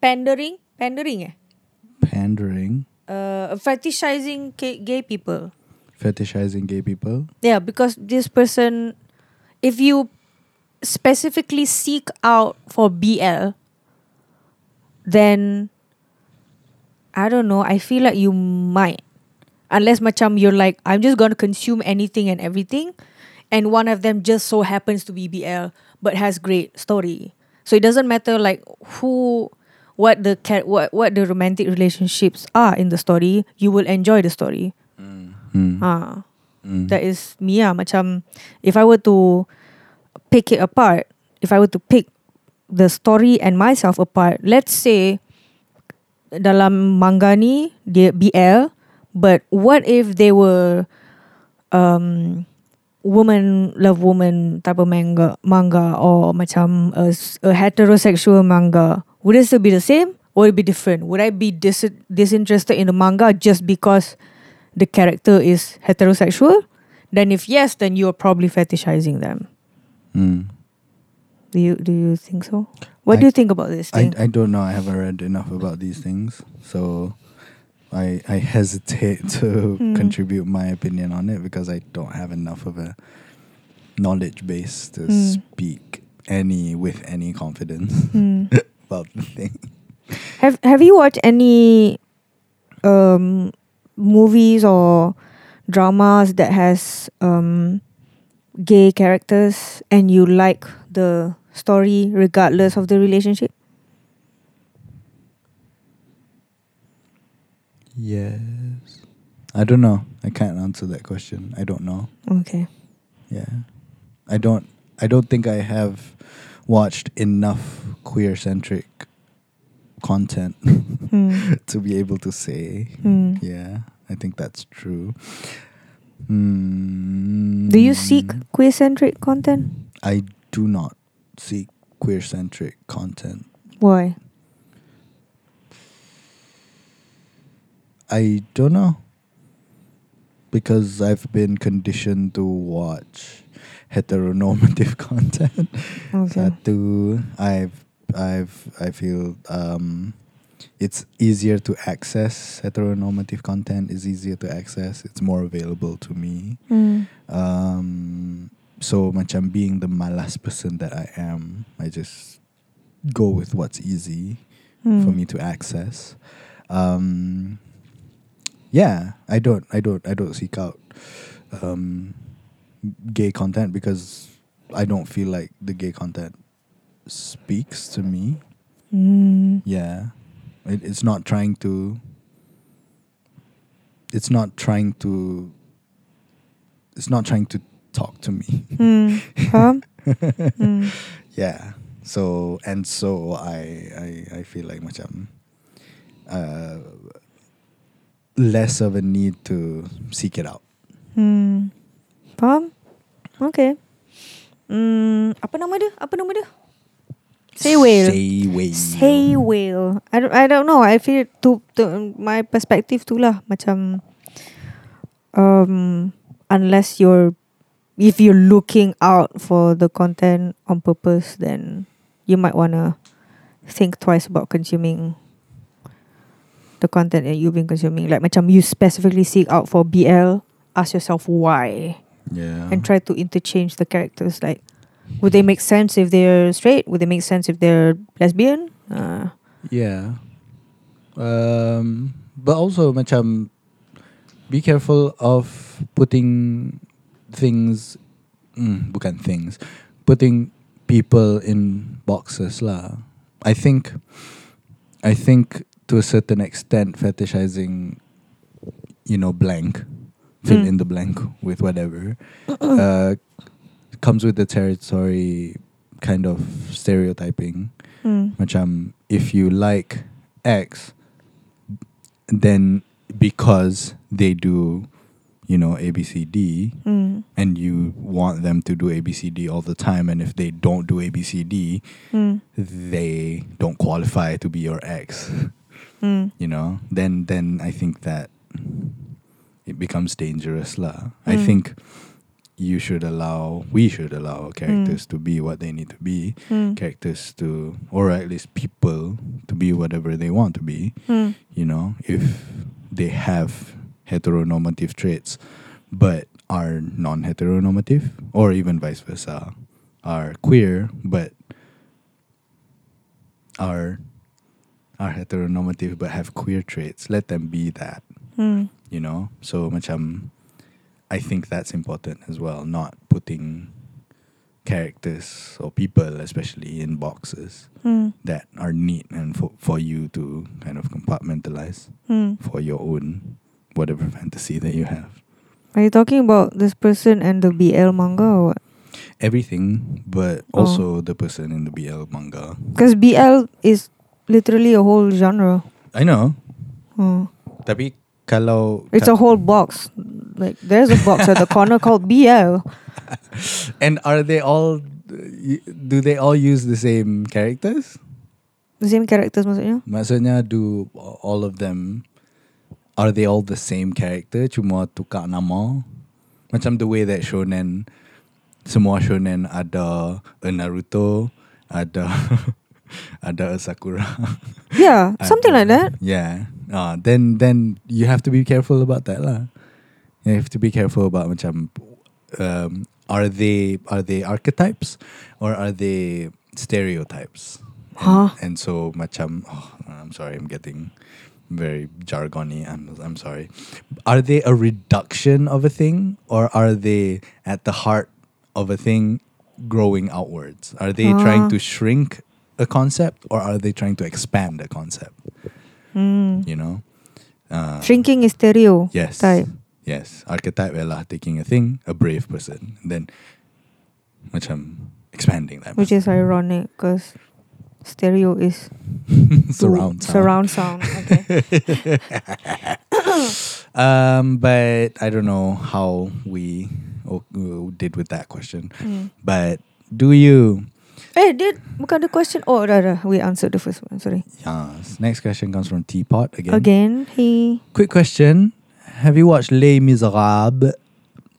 S3: pandering? Pandering eh?
S2: Pandering,
S3: Uh, fetishizing gay, gay people.
S2: fetishizing gay people.
S3: Yeah, because this person, if you specifically seek out for BL, then I don't know. I feel like you might, unless macam you're like, I'm just gonna consume anything and everything, and one of them just so happens to be BL but has great story. So it doesn't matter like who, what the char- what what the romantic relationships are in the story. You will enjoy the story.
S2: Mm.
S3: Ah.
S2: Mm.
S3: That is me lah Macam If I were to Pick it apart If I were to pick The story and myself apart Let's say Dalam manga ni Dia BL But what if they were um, Woman Love woman Type of manga Manga Or macam A, s- a heterosexual manga Would it still be the same? Or it be different? Would I be dis- disinterested in the manga Just because the character is heterosexual, then if yes, then you are probably fetishizing them.
S2: Mm.
S3: Do you do you think so? What
S2: I-
S3: do you think about this
S2: I,
S3: thing?
S2: I don't know. I haven't read enough about these things, so I I hesitate to
S3: Mm.
S2: contribute my opinion on it because I don't have enough of a knowledge base to
S3: Mm.
S2: speak any with any confidence
S3: Hmm.
S2: about the thing.
S3: Have Have you watched any um, movies or dramas that has um, gay characters and you like the story regardless of the relationship?
S2: Yes, I don't know. I can't answer that question. I don't know.
S3: Okay.
S2: Yeah. I don't I don't think I have watched enough queer centric content
S3: Hmm.
S2: to be able to say.
S3: Hmm.
S2: Yeah, I think that's true. Mm.
S3: Do you seek queer centric content?
S2: I do not seek queer centric content.
S3: Why?
S2: I don't know. Because I've been conditioned to watch heteronormative content.
S3: Okay.
S2: Satu, I've I've I feel um it's easier to access heteronormative content is easier to access. It's more available to me.
S3: Hmm.
S2: Um so macam being the malas person that I am, I just go with what's easy for
S3: Hmm.
S2: me to access. Um, yeah, I don't, I don't, I don't seek out um, gay content because I don't feel like the gay content speaks to me.
S3: Hmm.
S2: Yeah, it, it's not trying to. It's not trying to. It's not trying to talk to me.
S3: Hmm. Faham? Hmm.
S2: Yeah. So and so I I I feel like macam uh less of a need to seek it out.
S3: Hmm. Faham? Okay. Hmm, apa nama dia? Apa nama dia? Say whale.
S2: Say whale.
S3: Say whale. I don't, I don't know. I feel to, to my perspective tu lah macam um unless you're if you're looking out for the content on purpose then you might wanna think twice about consuming the content that you've been consuming like macam you specifically seek out for BL ask yourself why
S2: Yeah.
S3: and try to interchange the characters. Like, would they make sense if they're straight? Would they make sense if they're lesbian? Uh,
S2: Yeah. Um, but also, macam, be careful of putting things, mm, bukan things, putting people in boxes lah. I think, I think to a certain extent, fetishizing, you know, blank, fill in
S3: Mm.
S2: the blank with whatever, uh, comes with the territory kind of stereotyping.
S3: mm,
S2: Macam um, if you like X, then because they do, you know, A B C D,
S3: mm,
S2: and you want them to do A B C D all the time, and if they don't do A B C D,
S3: mm,
S2: they don't qualify to be your ex.
S3: mm.
S2: You know, then then I think that it becomes dangerous, lah. I
S3: Mm.
S2: think you should allow, we should allow characters to be what they need to be
S3: Mm,
S2: characters to, or at least people, to be whatever they want to be.
S3: mm,
S2: You know, if they have heteronormative traits, but are non-heteronormative, or even vice versa, are queer but are are heteronormative but have queer traits. Let them be that.
S3: mm,
S2: You know, so macam, I think that's important as well. Not putting characters or people, especially in boxes
S3: mm,
S2: that are neat and for, for you to kind of compartmentalize
S3: mm.
S2: for your own whatever fantasy that you have.
S3: Are you talking about this person and the BL manga or what?
S2: Everything, but
S3: Oh.
S2: also the person in the BL manga.
S3: Because BL is literally a whole genre.
S2: I know.
S3: Oh.
S2: Tapi kalau
S3: It's a whole box. Like there's a box at the corner called BL.
S2: and are they all do they all use the same characters?
S3: The same characters maksudnya.
S2: Maksudnya do all of them are they all the same character cuma tukar nama? Macam the way that shonen semua shonen ada a Naruto, ada ada a Sakura.
S3: Yeah, something
S2: ada-
S3: like that.
S2: Yeah. Uh, then then you have to be careful about that lah. You have to be careful about macam um, are they are they archetypes or are they stereotypes? And,
S3: Huh.
S2: and so macam oh, I'm sorry, I'm getting very jargony. I'm I'm sorry. Are they a reduction of a thing or are they at the heart of a thing growing outwards? Are they trying
S3: Ah.
S2: to shrink a concept or are they trying to expand a concept?
S3: Mm.
S2: You know? Uh,
S3: Shrinking is stereo.
S2: Yes.
S3: Type.
S2: Yes. Archetype ialah taking a thing, a brave person, and then macam expanding that.
S3: which is ironic because stereo is
S2: surround sound.
S3: surround sound. Okay.
S2: Um, but I don't know how we o- o- did with that question.
S3: mm.
S2: But do you?
S3: Eh, did bukan the question? Oh, dah, dah. We answered the first one. Sorry.
S2: Yes. Next question comes from Teapot again.
S3: Again, he.
S2: Quick question: Have you watched Les Miserables?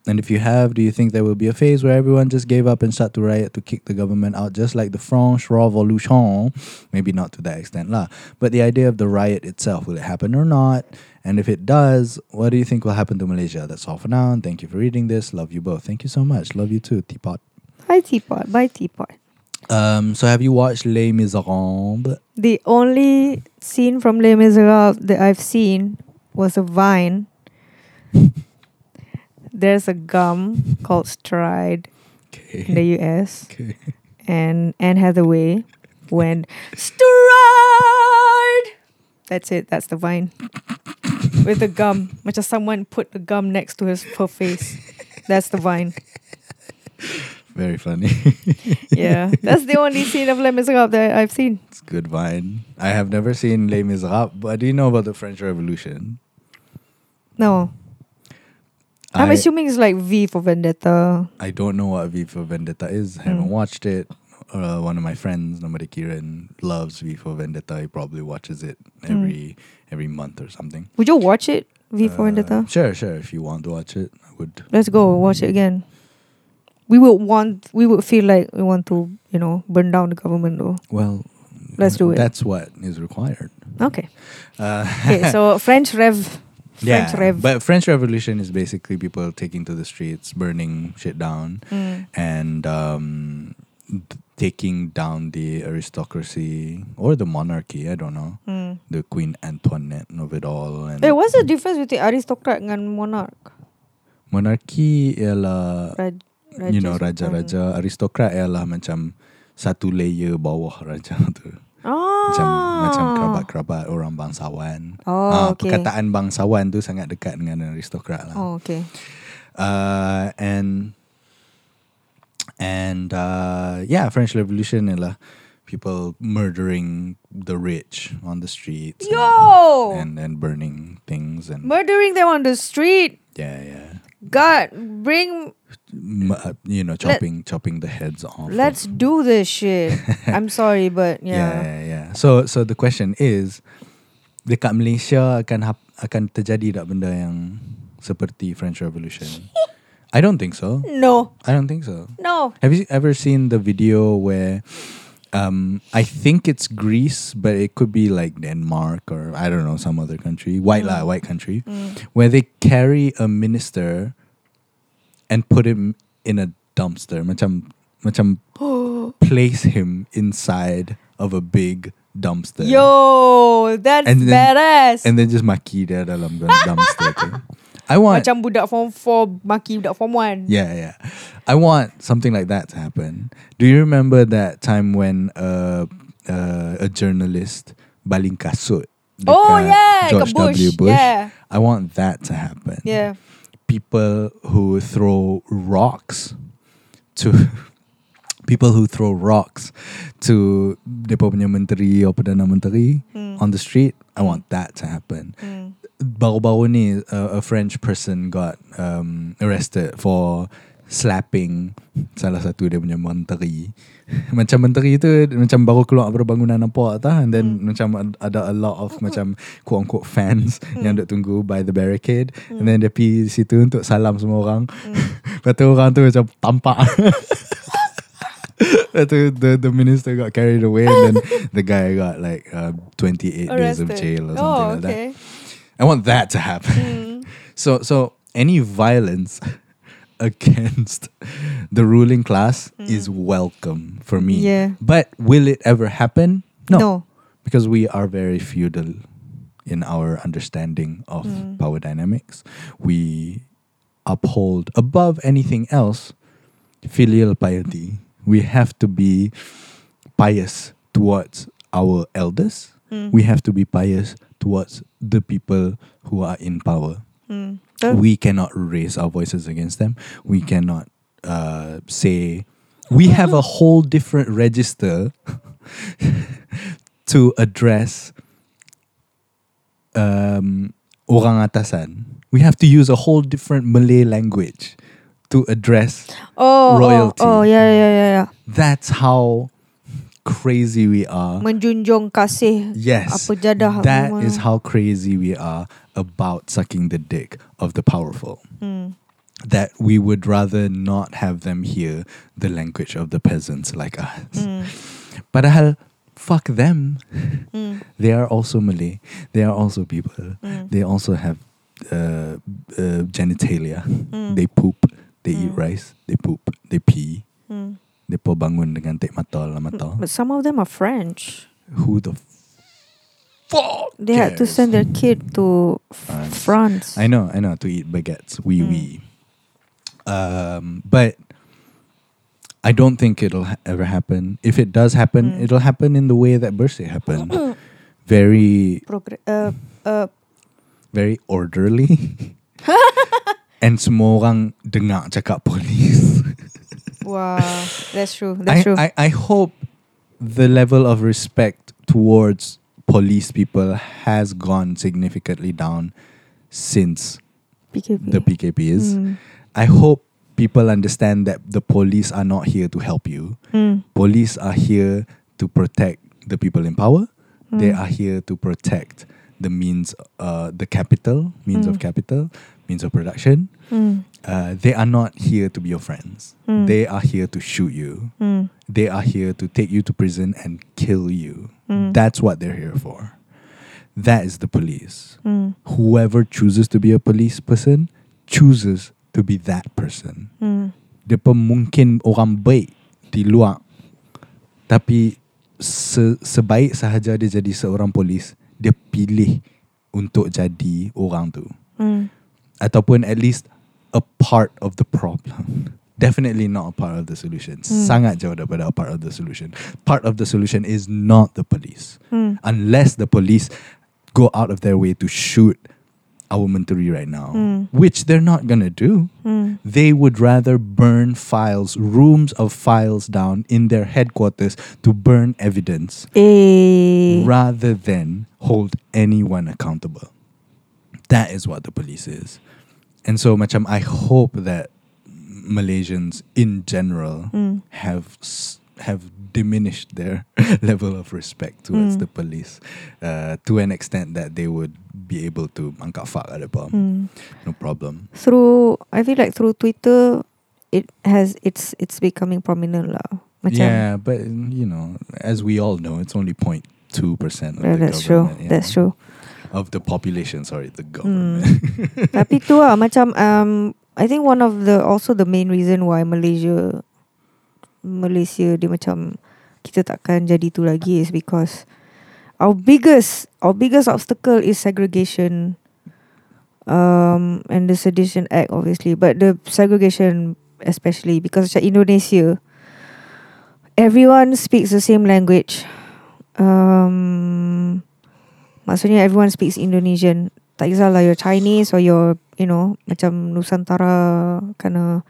S2: And if you have, do you think there will be a phase where everyone just gave up and start to riot to kick the government out, just like the French Revolution? Maybe not to that extent, lah. But the idea of the riot itself, will it happen or not? And if it does, what do you think will happen to Malaysia? That's all for now. And thank you for reading this. Love you both. Thank you so much. Love you too, Teapot.
S3: Hi, teapot. Bye, teapot.
S2: Um, so have you watched Les Miserables?
S3: The only scene from Les Miserables that I've seen was a vine. There's a gum called Stride in
S2: Okay.
S3: the US,
S2: Okay.
S3: and Anne Hathaway went Stride. That's it. That's the vine. With the gum, much as someone put the gum next to his her face. That's the vine.
S2: Very funny.
S3: Yeah, that's the only scene of Les Miserables that I've seen.
S2: It's good vine. I have never seen Les Miserables, but do you know about the French Revolution?
S3: No, I, am
S2: I,
S3: assuming it's like V for Vendetta.
S2: I don't know what V for Vendetta is. Haven't
S3: Mm.
S2: watched it. uh, one of my friends, nobody Kiran, loves V for Vendetta. He probably watches it every every month or something.
S3: Would you watch it, V Hmm. for
S2: Uh,
S3: Vendetta?
S2: Sure, sure. If you want to watch it, I would.
S3: Let's go watch it again. We would want. We would feel like we want to, you know, burn down the government though.
S2: Well,
S3: Let's do it.
S2: That's what is required.
S3: Okay.
S2: Uh,
S3: Okay. so French Rev.
S2: yeah,
S3: French Rev.
S2: but French Revolution is basically people taking to the streets, burning shit down,
S3: Mm.
S2: and um, t- taking down the aristocracy or the monarchy. I don't know
S3: Mm.
S2: the Queen Antoinette of it all. And
S3: Eh, what's the difference between aristocrat and monarch?
S2: monarchy ialah
S3: Raj,
S2: you know
S3: Sultan.
S2: raja-raja aristokrat ialah macam satu layer bawah raja tu
S3: Ah.
S2: macam macam kerabat-kerabat orang bangsawan
S3: Oh,
S2: Ah,
S3: okay.
S2: perkataan bangsawan tu sangat dekat dengan aristokrat lah
S3: Oh, okay.
S2: uh, and and uh, yeah French Revolution ialah people murdering the rich on the streets and-
S3: Yo!
S2: and and burning things and
S3: Murdering them on the street.
S2: yeah yeah
S3: God, bring.
S2: M- uh, you know chopping chopping the heads off of-
S3: Let's do this shit. I'm sorry, but
S2: yeah.
S3: yeah.
S2: yeah, yeah. So so the question is dekat Malaysia akan hap- akan terjadi tak benda yang seperti French Revolution? I don't think so.
S3: No,
S2: I don't think so.
S3: no.
S2: Have you ever seen the video where um I think it's Greece but it could be like Denmark or I don't know some other country, white lah, white country where they carry a minister and put him in a dumpster. Macam macam place him inside of a big dumpster.
S3: Yo, that's
S2: And then-
S3: badass.
S2: And then just maki dia dalam dalam dumpster tu. I want
S3: Macam budak form 4 maki budak form 1.
S2: Yeah, yeah. I want something like that to happen. Do you remember that time when uh, uh, a journalist baling kasut
S3: Oh,
S2: dekat
S3: yeah,
S2: George
S3: kat Bush,
S2: W. Bush?
S3: yeah.
S2: I want that to happen.
S3: Yeah.
S2: People who throw rocks to people who throw rocks to depa punya menteri or perdana menteri
S3: Hmm.
S2: on the street. I want that to happen. Baru-baru ni, a, a French person got um, arrested for slapping salah satu dia punya menteri. macam menteri tu macam baru keluar daripada bangunan nampak tah and then macam ad- ada a lot of macam quote unquote fans yang duk tunggu by the barricade and then dia pergi situ untuk salam semua orang. Lepas tu orang tu macam tampak the, the the minister got carried away, and then the guy got like uh, 28 days of jail or something
S3: oh, Hmm.
S2: like
S3: okay.
S2: that. I want that to happen. so so any violence against the ruling class is welcome for me.
S3: Yeah.
S2: But will it ever happen? No.
S3: No.
S2: Because we are very feudal in our understanding of power dynamics. We uphold above anything else filial piety. We have to be pious towards our elders.
S3: Hmm, Mm.
S2: We have to be pious towards the people who are in power.
S3: hmm. That-
S2: We cannot raise our voices against them. We cannot uh, say we have a whole different register to address um, orang atasan. We have to use a whole different Malay language to address
S3: Oh,
S2: Royalty.
S3: Oh, oh, yeah, yeah, yeah, yeah.
S2: that's how crazy we are.
S3: Menjunjung
S2: Uh.
S3: kasih.
S2: yes.
S3: Apa jadah
S2: That
S3: semua.
S2: is how crazy we are about sucking the dick of the powerful.
S3: Hmm,
S2: That we would rather not have them hear the language of the peasants like us.
S3: Hmm.
S2: Padahal, fuck them.
S3: hmm,
S2: They are also Malay. They are also people. They also have uh, uh, genitalia. They poop. They eat rice. They poop. They pee. They pun bangun dengan tek mata dalam mata.
S3: hmm. But some of them are French.
S2: Who the fuck?
S3: They had to
S2: cares?
S3: send their kid to f- France.
S2: I know, I know, to eat baguettes, wee
S3: Hmm.
S2: wee. Um, but I don't think it'll ha- ever happen. If it does happen,
S3: Hmm.
S2: it'll happen in the way that Bursi happened. very,
S3: Progr- uh, uh,
S2: very orderly. And semua orang dengar cakap polis.
S3: wow, that's true. That's
S2: I,
S3: true.
S2: I, I hope the level of respect towards police people has gone significantly down since
S3: PKP.
S2: the PKP is.
S3: Mm.
S2: I hope people understand that the police are not here to help you.
S3: Mm.
S2: police are here to protect the people in power.
S3: hmm.
S2: They are here to protect the means, uh, the capital, means of capital, means of production.
S3: Hmm,
S2: Uh, they are not here to be your friends. They are here to shoot you.
S3: hmm,
S2: They are here to take you to prison and kill you. That's what they're here for. That is the police.
S3: hmm,
S2: Whoever chooses to be a police person chooses to be that person.
S3: hmm,
S2: Dia pun mungkin orang baik di luar tapi se, sebaik sahaja dia jadi seorang polis, dia pilih untuk jadi orang tu.
S3: Mm.
S2: Ataupun at least a part of the problem. Definitely not a part of the solution. Sangat jauh daripada a part of the solution. Part of the solution is not the police.
S3: hmm,
S2: Unless the police go out of their way to shoot our menteri right now,
S3: Hmm.
S2: which they're not going to do. They would rather burn files, rooms of files down in their headquarters to burn evidence
S3: Eh.
S2: rather than hold anyone accountable. That is what the police is. And so macam I hope that Malaysians in general
S3: Mm,
S2: have s- have diminished their level of respect towards the police uh, to an extent that they would be able to angkat fuck at
S3: Hmm.
S2: No problem.
S3: mm. Through I feel like through Twitter, it has it's it's becoming prominent lah. Macam,
S2: yeah, but you know, as we all know, it's only 0.2% of
S3: yeah,
S2: the
S3: that's true.
S2: government, you
S3: That's
S2: know,
S3: true.
S2: Of the population, sorry, the
S3: Hmm.
S2: government.
S3: Tapi tu lah macam um, I think one of the also the main reason why Malaysia Malaysia dia macam kita takkan jadi tu lagi is because our biggest our biggest obstacle is segregation um, and the sedition act obviously but the segregation especially because macam Indonesia everyone speaks the same language um, maksudnya everyone speaks Indonesian tak kisahlah you're Chinese or you're you know macam Nusantara kind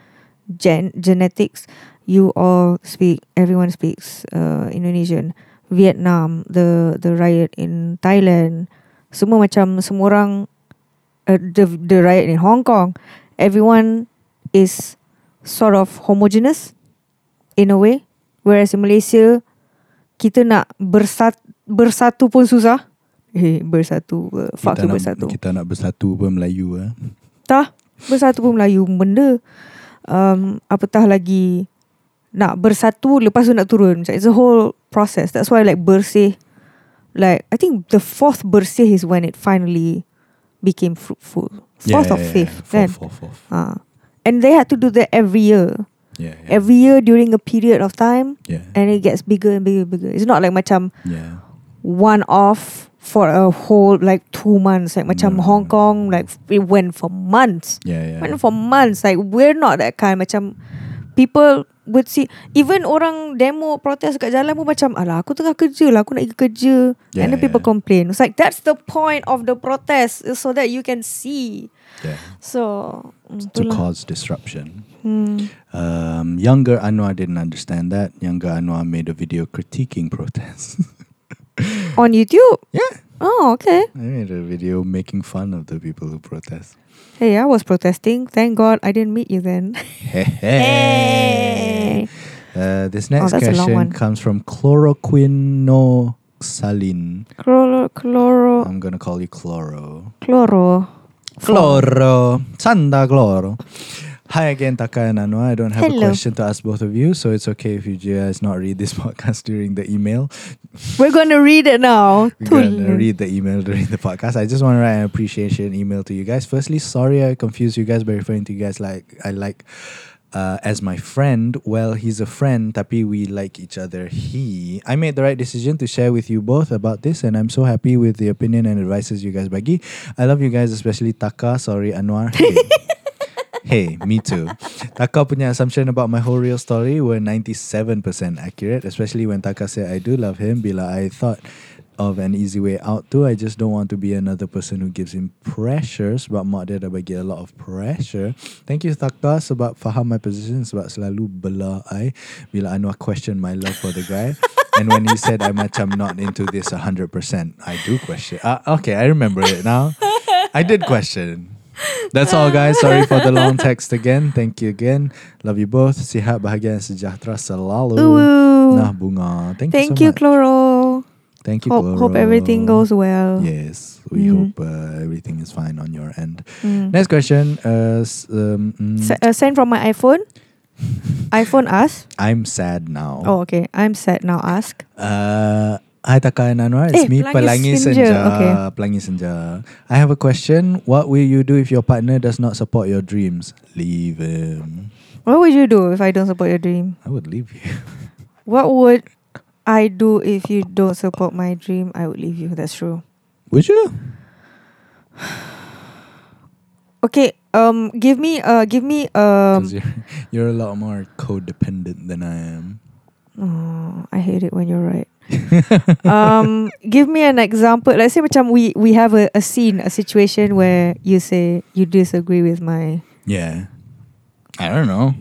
S3: gen genetics you all speak everyone speaks uh, Indonesian Vietnam the the riot in Thailand semua macam semua orang uh, the the riot in Hong Kong everyone is sort of homogenous in a way whereas in Malaysia kita nak bersat, bersatu pun susah eh bersatu uh, fuck
S2: kita
S3: tu
S2: nak,
S3: bersatu
S2: Kita nak bersatu pun Melayu eh.
S3: Tah Bersatu pun Melayu Benda um, Apatah lagi Nak bersatu Lepas tu nak turun Macam It's a whole process That's why like bersih Like I think the fourth bersih Is when it finally Became fruitful Fourth or fifth
S2: yeah.
S3: kan
S2: Fourth, fourth, fourth.
S3: Ah. And they had to do that every year
S2: Yeah, yeah.
S3: Every year during a period of time
S2: yeah,
S3: And it gets bigger and bigger and bigger It's not like macam
S2: yeah.
S3: one off for a whole like two months like macam
S2: No.
S3: Hong Kong like it went for months
S2: Yeah, yeah.
S3: went for months like we're not that kind macam people would see even orang demo protest kat jalan pun macam alah aku tengah kerja lah aku nak pergi kerja
S2: Yeah,
S3: and then people
S2: yeah.
S3: complain it's like that's the point of the protest is so that you can see
S2: yeah.
S3: so mm,
S2: To
S3: itulah.
S2: cause disruption.
S3: hmm.
S2: Um, younger Anwar didn't understand that. Younger Anwar made a video critiquing protests.
S3: on YouTube
S2: yeah.
S3: oh okay
S2: I made a video making fun of the people who protest.
S3: hey I was protesting thank god I didn't meet you then hey
S2: Uh, this next
S3: Oh, that's a long
S2: question
S3: one.
S2: comes from chloroquinoxaline.
S3: chloro chloro
S2: I'm going to call you Chloro.
S3: chloro
S2: Chloro. Sanda Chloro. Hi again, Taka and Anwar. I don't have a
S3: Hello.
S2: question to ask both of you, so it's okay if you guys not read this podcast during the email.
S3: we're gonna read it now
S2: We're gonna read the email during the podcast. I just want to write an appreciation email to you guys. Firstly, sorry I confused you guys by referring to you guys like I like uh, as my friend. Well, he's a friend, tapi we like each other. He. I made the right decision to share with you both about this, and I'm so happy with the opinion and advices you guys bagi. I love you guys, especially Taka. Sorry, Anwar. Hey. Hey, me too. Taka punya assumption about my whole real story were 97% accurate, especially when Taka said I do love him. Bila I thought of an easy way out too, I just don't want to be another person who gives him pressures. But mak dia dah bagi a lot of pressure. Thank you Taka sebab faham my position sebab selalu bela I bila Anwar question my love for the guy. And when he said I macam not into this 100%, I do question. Ah, okay, I remember it now. I did question. That's all, guys. Sorry for the long text again. Thank you again. Love you both. Sihat, bahagia, and sejahtera selalu.
S3: Ooh.
S2: Nah, bunga. Thank,
S3: Thank
S2: you so much.
S3: you, Chloro.
S2: Thank you,
S3: Hope,
S2: Chloro.
S3: hope everything goes well.
S2: Yes, we
S3: Mm.
S2: hope uh, everything is fine on your end.
S3: Mm.
S2: Next question. Uh, s- um, mm,
S3: S- uh, send from my iPhone. iPhone ask.
S2: I'm sad now.
S3: Oh, okay. I'm sad now. Ask.
S2: Uh, hi Taka and Anwar, it's
S3: Eh,
S2: me Pelangi
S3: Pelangi
S2: Senja.
S3: Senja. Okay.
S2: Pelangi Senja. I have a question. What will you do if your partner does not support your dreams? Leave him.
S3: What would you do if I don't support your dream?
S2: I would leave you.
S3: What would I do if you don't support my dream? I would leave you. That's true.
S2: Would you?
S3: Okay. Um. Give me. Uh. Give me.
S2: 'Cause
S3: Um.
S2: you're, you're a lot more codependent than I am.
S3: Oh, I hate it when you're right. um, give me an example. Let's say, macam we we have a, a scene, a situation where you say you disagree with my.
S2: Yeah. I don't know.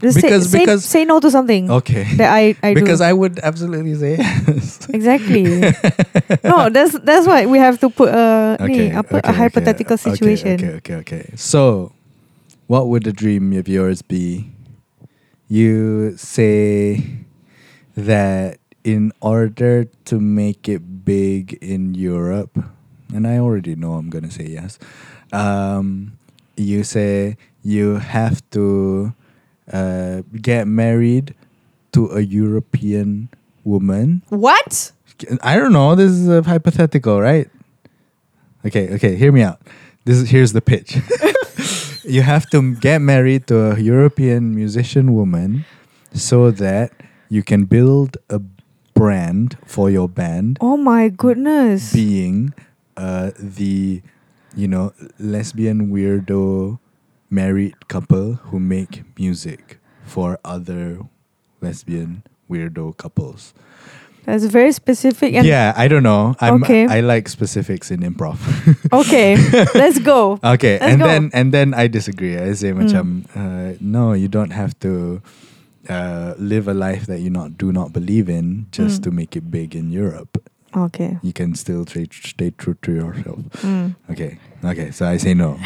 S3: Just
S2: Because-
S3: say,
S2: because-
S3: say, say no to something
S2: Okay.
S3: that I I
S2: because I
S3: do.
S2: would absolutely say yes.
S3: exactly. no, that's that's why we have to put a ni, apa, a hypothetical
S2: okay,
S3: situation.
S2: Okay, okay, okay. So, what would the dream of yours be? You say that in order to make it big in Europe, and I already know I'm gonna say yes. Um, you say you have to uh, get married to a European woman.
S3: What?
S2: I don't know. This is a hypothetical, right? Okay, okay. Hear me out. This is here's the pitch. you have to get married to a European musician woman, so that you can build a brand for your band,
S3: Oh my goodness.
S2: being uh, the you know lesbian weirdo married couple who make music for other lesbian weirdo couples.
S3: That's very specific and
S2: yeah, I don't know. I'm,
S3: Okay.
S2: I like specifics in improv.
S3: okay. let's go.
S2: okay,
S3: Let's
S2: and
S3: go. Hmm.
S2: then and then I disagree. I say, macam, uh, no, you don't have to uh, live a life that you not do not believe in just
S3: Mm.
S2: to make it big in Europe.
S3: Okay.
S2: You can still stay, stay true to yourself.
S3: Mm.
S2: Okay, okay. So I say no.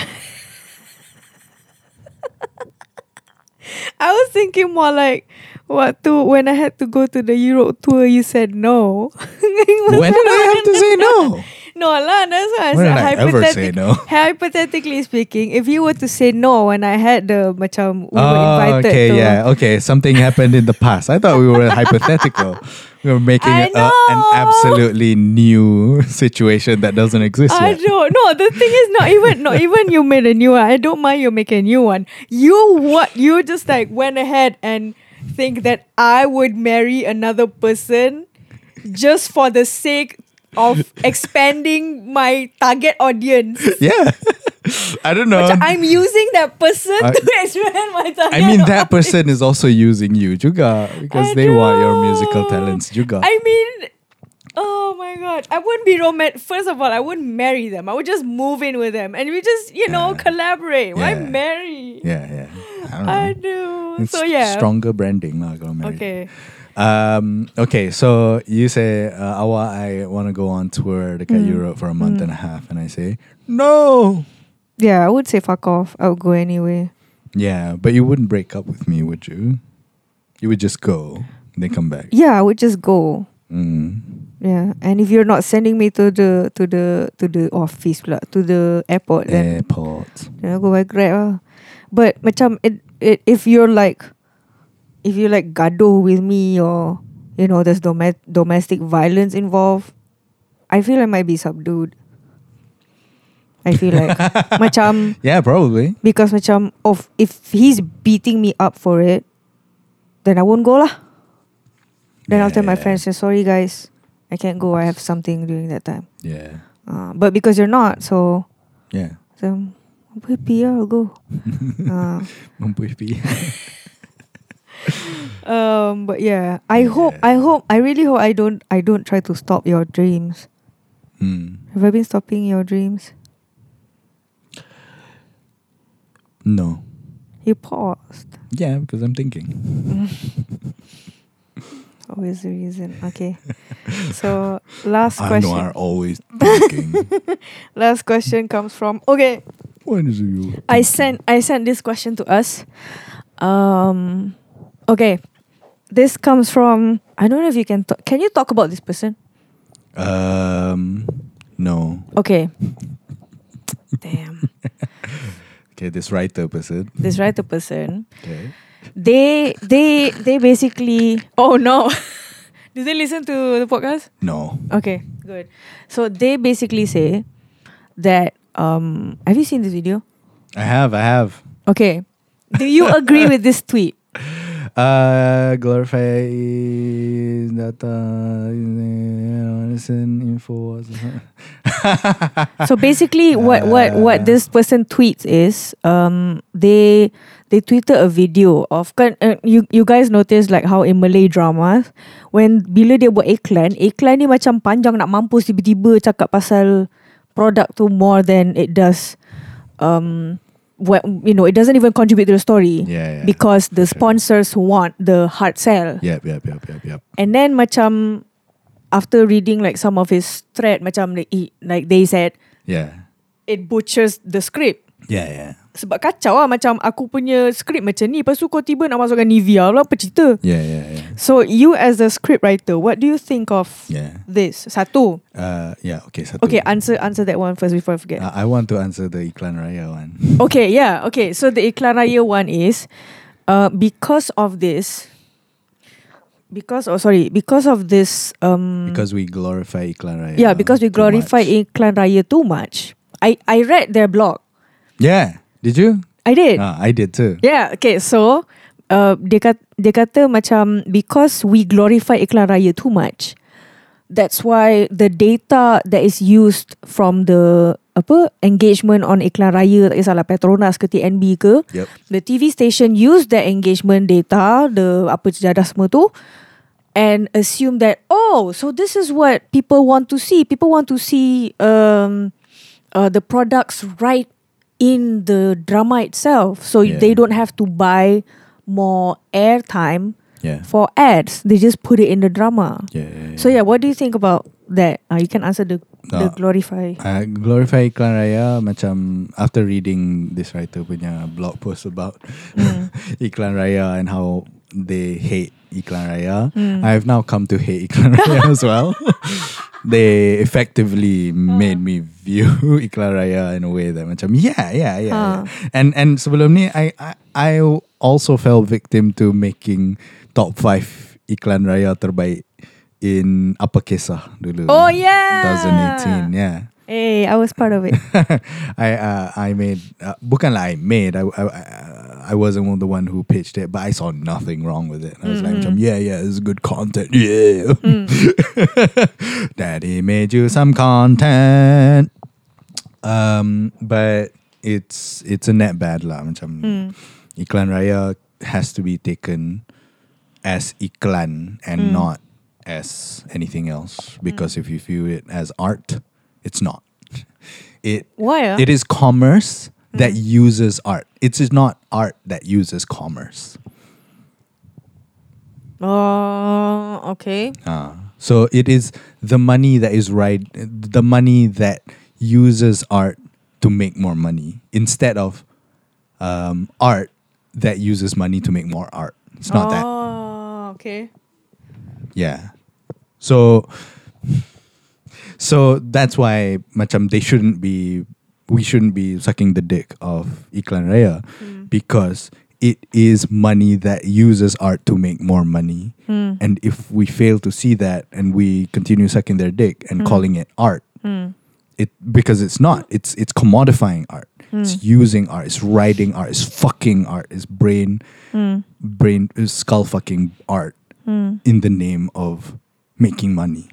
S3: I was thinking more like what to when I had to go to the Europe tour. You said no.
S2: when did I have to say no?
S3: No lah, that's why I
S2: When
S3: said
S2: did I ever
S3: hypothetic-
S2: say no?
S3: Hypothetically speaking, if you were to say no when I had the macam we were
S2: Oh,
S3: invited
S2: okay,
S3: to,
S2: yeah, okay. Something happened in the past. I thought we were hypothetical. We were making
S3: I
S2: it a, an
S3: know.
S2: absolutely new situation that doesn't exist
S3: I
S2: yet.
S3: don't know. The thing is, not even not even you made a new one. I don't mind you make a new one. You what? You just like went ahead and think that I would marry another person just for the sake of expanding my target audience.
S2: Yeah, I don't know.
S3: Macam I'm using that person
S2: I-
S3: to expand my target.
S2: I mean, that
S3: audience.
S2: person is also using you, juga, because
S3: I
S2: they want your musical
S3: know.
S2: talents, juga.
S3: I mean, oh my god, I wouldn't be romantic. First of all, I wouldn't marry them. I would just move in with them, and we just you
S2: Yeah.
S3: know collaborate. Why
S2: Yeah.
S3: marry?
S2: yeah, yeah. I don't know.
S3: I do.
S2: It's
S3: so yeah.
S2: stronger branding lah kalau married.
S3: Okay.
S2: Um, okay, so you say, uh, Awa, I want to go on tour to
S3: Mm.
S2: Europe for a month and a half. And I say, no.
S3: Yeah, I would say fuck off. I would go anyway.
S2: Yeah, but you wouldn't break up with me, would you? You would just go, then come back.
S3: Yeah, I would just go.
S2: Mm.
S3: Yeah, and if you're not sending me to the to the to the office pula, to the airport, then
S2: Airport.
S3: Then I go by Grab lah. But macam it, it if you're like if you like gaduh with me or you know there's doma- domestic violence involved, I feel I might be subdued. I feel like macam
S2: Yeah, probably.
S3: because macam of if he's beating me up for it, then I won't go lah. Then I'll tell my
S2: Yeah.
S3: friends, sorry guys, I can't go. I have something during that time.
S2: Yeah.
S3: Uh, but because you're not, so
S2: Yeah.
S3: so happy I'll go. Uh,
S2: Mampu hippie.
S3: Um, but yeah, I hope,
S2: Yeah.
S3: I hope, I really hope I don't, I don't try to stop your dreams.
S2: mm.
S3: Have I been stopping your dreams?
S2: No.
S3: You paused.
S2: Yeah, because I'm thinking.
S3: Always the reason. Okay. so last question.
S2: Anwar always thinking.
S3: Last question comes from okay.
S2: What is you?
S3: I sent I sent this question to us. Um, okay, this comes from I don't know if you can talk. Can you talk about this person?
S2: Um, no.
S3: Okay. Damn,
S2: Okay, this writer person.
S3: this writer person.
S2: Okay.
S3: They they they basically. Oh no, did they listen to the podcast?
S2: No.
S3: Okay, good. So they basically say that. Um, have you seen this video?
S2: I have. I have.
S3: Okay. Do you agree with this tweet?
S2: Uh, glorify data, listen, info.
S3: So basically, what what what this person tweets is, um, they they tweeted a video of kan uh, you you guys notice like how in Malay dramas, when bila dia buat iklan, iklan ni macam panjang nak mampus tiba-tiba cakap pasal product tu more than it does, um, what you know it doesn't even contribute to the story
S2: Yeah, yeah.
S3: because the
S2: Sure.
S3: sponsors want the hard sell.
S2: Yep, yep, yep, yep, yep.
S3: And then macam after reading like some of his thread macam like, he, like they said
S2: Yeah.
S3: it butchers the script.
S2: Yeah, yeah.
S3: Sebab kacau lah macam aku punya script macam ni lepas tu kau tiba nak masukkan Nivea lah apa cerita.
S2: Yeah, yeah, yeah.
S3: So you as the script writer what do you think of
S2: Yeah.
S3: this? Satu.
S2: Uh, yeah, okay, satu.
S3: Okay, answer answer that one first before I forget.
S2: Uh, I want to answer the Iklan Raya one.
S3: Okay, yeah. Okay, so the iklan raya one is uh, because of this because oh sorry, because of this um
S2: Because we glorify Iklan Raya.
S3: Yeah, because we
S2: too much.
S3: glorify Iklan Raya too much. I, I read their blog.
S2: Yeah. Did you?
S3: I did.
S2: Ah, I did too.
S3: Yeah, okay. So, uh, dia, kat, dia kata macam because we glorify Iklan Raya too much, that's why the data that is used from the apa engagement on Iklan Raya, tak kisahlah Petronas ke TNB ke,
S2: Yep.
S3: the TV station use that engagement data, the apa sejadah semua tu, and assume that oh, so this is what people want to see. People want to see um, uh, the products right in the drama itself, so
S2: Yeah.
S3: they don't have to buy more airtime
S2: Yeah.
S3: for ads. They just put it in the drama.
S2: Yeah. yeah, yeah.
S3: So yeah, what do you think about that? Uh, you can answer the
S2: Uh,
S3: the glorify.
S2: Uh, glorify Iklan Raya macam after reading this writer punya blog post about
S3: Hmm.
S2: Iklan Raya and how they hate Iklan Raya.
S3: Hmm.
S2: I've now come to hate Iklan Raya as well. they effectively
S3: Hmm.
S2: made me view Iklan Raya in a way that macam yeah yeah yeah. yeah. And and sebelum ni I, I I also fell victim to making top 5 Iklan Raya terbaik in apa kisah dulu.
S3: Oh, yeah.
S2: 2018 yeah.
S3: Hey, I was part of it.
S2: I uh, I made uh, bukanlah I made I, I I wasn't the one who pitched it, but I saw nothing wrong with it. I was like, macam, yeah, yeah, it's good content. Yeah, Daddy made you some content. Um, but it's it's a net bad lah. Macam iklan raya has to be taken as iklan and not as anything else because if you view it as art, it's not. It
S3: Why? ah?
S2: it is commerce that uses art. It is not art that uses commerce.
S3: Oh, okay.
S2: So it is the money that is right, the money that uses art to make more money instead of um, art that uses money to make more art. It's not that.
S3: Oh, okay.
S2: Yeah. So so that's why macam they shouldn't be we shouldn't be sucking the dick of Iklan Raya because it is money that uses art to make more money. And if we fail to see that and we continue sucking their dick and calling it art, it because it's not. It's it's commodifying art. It's using art. It's writing art. It's fucking art. It's brain, brain, skull fucking art in the name of making money.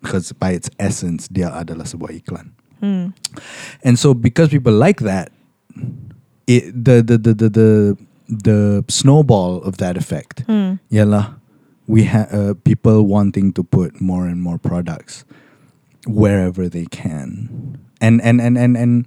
S2: Because by its essence, dia adalah sebuah iklan. And so because people like that, it the the the the the, the snowball of that effect. Yalah, we have uh, people wanting to put more and more products wherever they can. And and and and and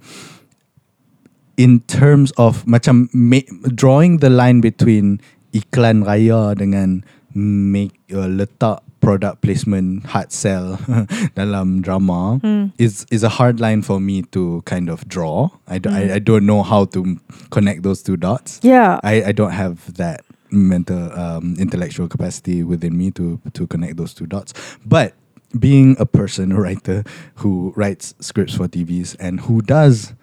S2: in terms of macam ma- drawing the line between iklan raya dengan make uh, letak product placement hard sell dalam drama
S3: Hmm.
S2: is is a hard line for me to kind of draw. I, do, I, I don't know how to connect those two dots.
S3: Yeah.
S2: I, I don't have that mental um, intellectual capacity within me to to connect those two dots. But being a person, a writer who writes scripts for TVs and who does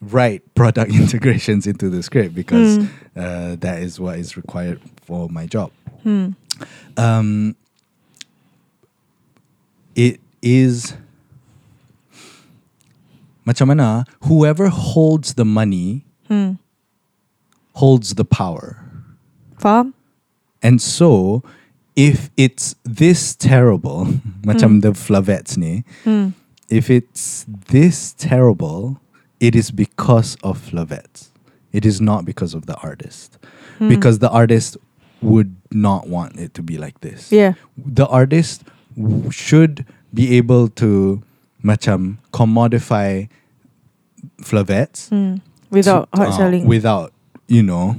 S2: write product integrations into the script because uh, that is what is required for my job. Um, it is macam mana whoever holds the money
S3: Hmm.
S2: holds the power.
S3: Faham?
S2: And so, if it's this terrible, macam the flavets ni,
S3: Hmm.
S2: if it's this terrible, it is because of flavets. It is not because of the artist.
S3: Hmm.
S2: Because the artist would not want it to be like this.
S3: Yeah.
S2: The artist w- should be able to macam commodify flavets
S3: Hmm. Without
S2: to-
S3: hard
S2: uh,
S3: selling.
S2: Without, you know,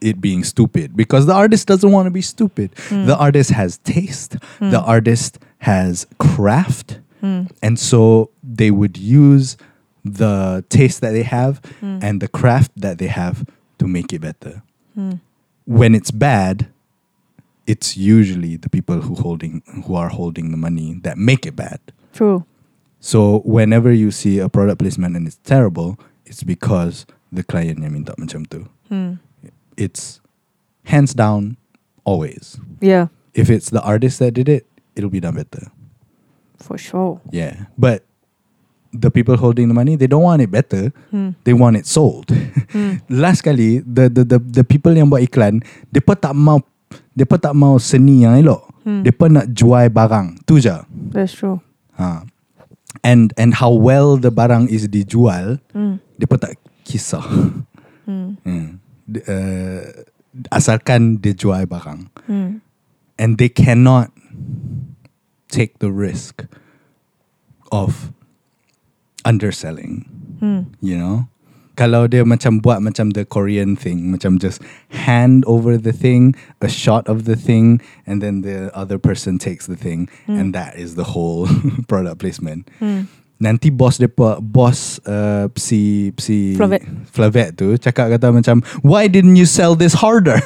S2: it being stupid. Because the artist doesn't want to be stupid.
S3: Hmm.
S2: The artist has taste, the artist has craft.
S3: Hmm,
S2: And so they would use the taste that they have
S3: Hmm.
S2: and the craft that they have to make it better.
S3: hmm.
S2: When it's bad, it's usually the people who holding who are holding the money that make it bad.
S3: True.
S2: So whenever you see a product placement and it's terrible, it's because the client yang minta macam tu.
S3: Hmm.
S2: It's hands down always.
S3: Yeah.
S2: If it's the artist that did it, it'll be done better.
S3: For sure.
S2: Yeah. But the people holding the money, they don't want it better.
S3: Hmm.
S2: They want it sold.
S3: Hmm.
S2: Last kali, the the the, the people yang buat iklan, depa tak mau depa tak mau seni yang elok.
S3: Hmm.
S2: Depa nak jual barang. Tu je.
S3: That's true.
S2: Ha. And and how well the barang is dijual,
S3: Hmm.
S2: Dia pun tak kisah
S3: Hmm.
S2: hmm. D- uh, Asalkan dia jual barang
S3: Hmm.
S2: And they cannot Take the risk Of Underselling
S3: Hmm.
S2: You know Kalau dia macam buat macam the Korean thing Macam just hand over the thing A shot of the thing And then the other person takes the thing And that is the whole product placement
S3: Hmm.
S2: Nanti bos depa Bos uh, Si Si
S3: Flavet.
S2: Flavet tu Cakap kata macam Why didn't you sell this harder?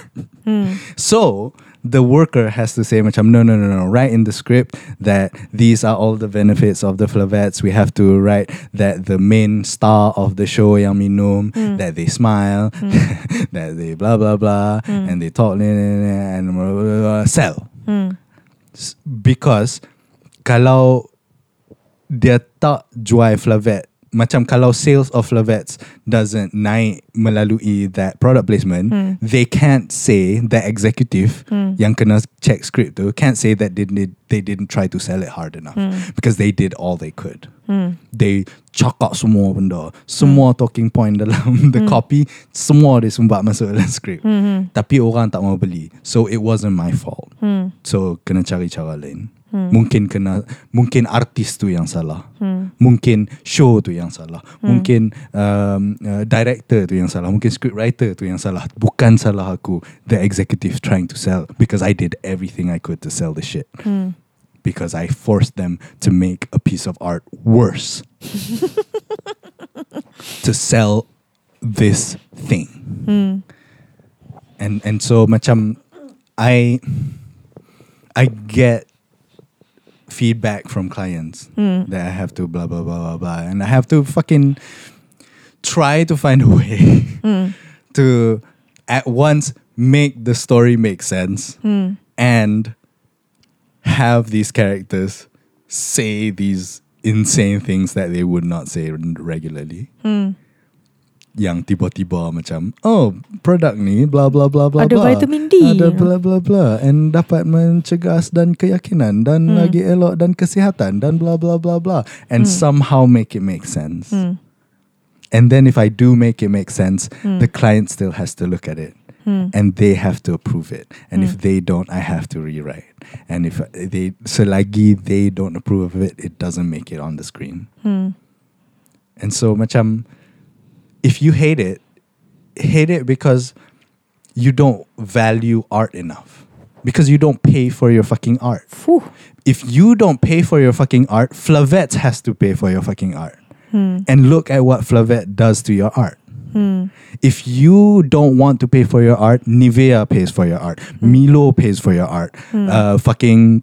S3: Hmm.
S2: So the worker has to say macam no no no no write in the script that these are all the benefits of the flavets we have to write that the main star of the show yang minum that they smile that they blah blah blah and they talk ni, ni, ni, and blah, blah, blah, blah, sell
S3: Hmm.
S2: S- because kalau dia tak jual flavet macam kalau sales of flavets doesn't naik melalui that product placement
S3: Hmm.
S2: they can't say the executive
S3: Hmm.
S2: yang kena check script tu can't say that they, did, they didn't try to sell it hard enough because they did all they could
S3: Hmm.
S2: they cakap semua benda semua talking point dalam the copy semua dia sumbat masuk dalam script
S3: Hmm.
S2: tapi orang tak mau beli so it wasn't my fault
S3: Hmm.
S2: So kena cari cara lain. Mungkin kena mungkin artis tu yang salah.
S3: hmm,
S2: Mungkin show tu yang salah. Mungkin um, uh, director tu yang salah. Mungkin scriptwriter tu yang salah. Bukan salah aku the executive trying to sell because I did everything I could to sell the shit.
S3: Hmm.
S2: Because I forced them to make a piece of art worse. to sell this thing
S3: Hmm.
S2: and and so macam I I get feedback from clients
S3: Hmm.
S2: that I have to blah blah blah blah blah and I have to fucking try to find a way
S3: Hmm.
S2: to at once make the story make sense
S3: Hmm.
S2: and have these characters say these insane things that they would not say regularly
S3: Hmm.
S2: yang tiba-tiba macam oh produk ni blah blah blah blah
S3: Ada
S2: blah.
S3: vitamin D.
S2: ada blah blah blah and dapat mencegah dan keyakinan dan
S3: Hmm.
S2: lagi elok dan kesihatan dan blah blah blah blah and somehow make it make sense
S3: Hmm.
S2: and then if I do make it make sense the client still has to look at it
S3: Hmm.
S2: and they have to approve it and if they don't I have to rewrite and if they selagi they don't approve of it it doesn't make it on the screen
S3: Hmm.
S2: and so macam if you hate it, hate it because you don't value art enough. because you don't pay for your fucking art.
S3: Phew.
S2: If you don't pay for your fucking art, Flavette has to pay for your fucking art.
S3: Hmm.
S2: And look at what Flavette does to your art.
S3: Hmm.
S2: If you don't want to pay for your art, Nivea pays for your art.
S3: Hmm.
S2: Milo pays for your art. Uh, fucking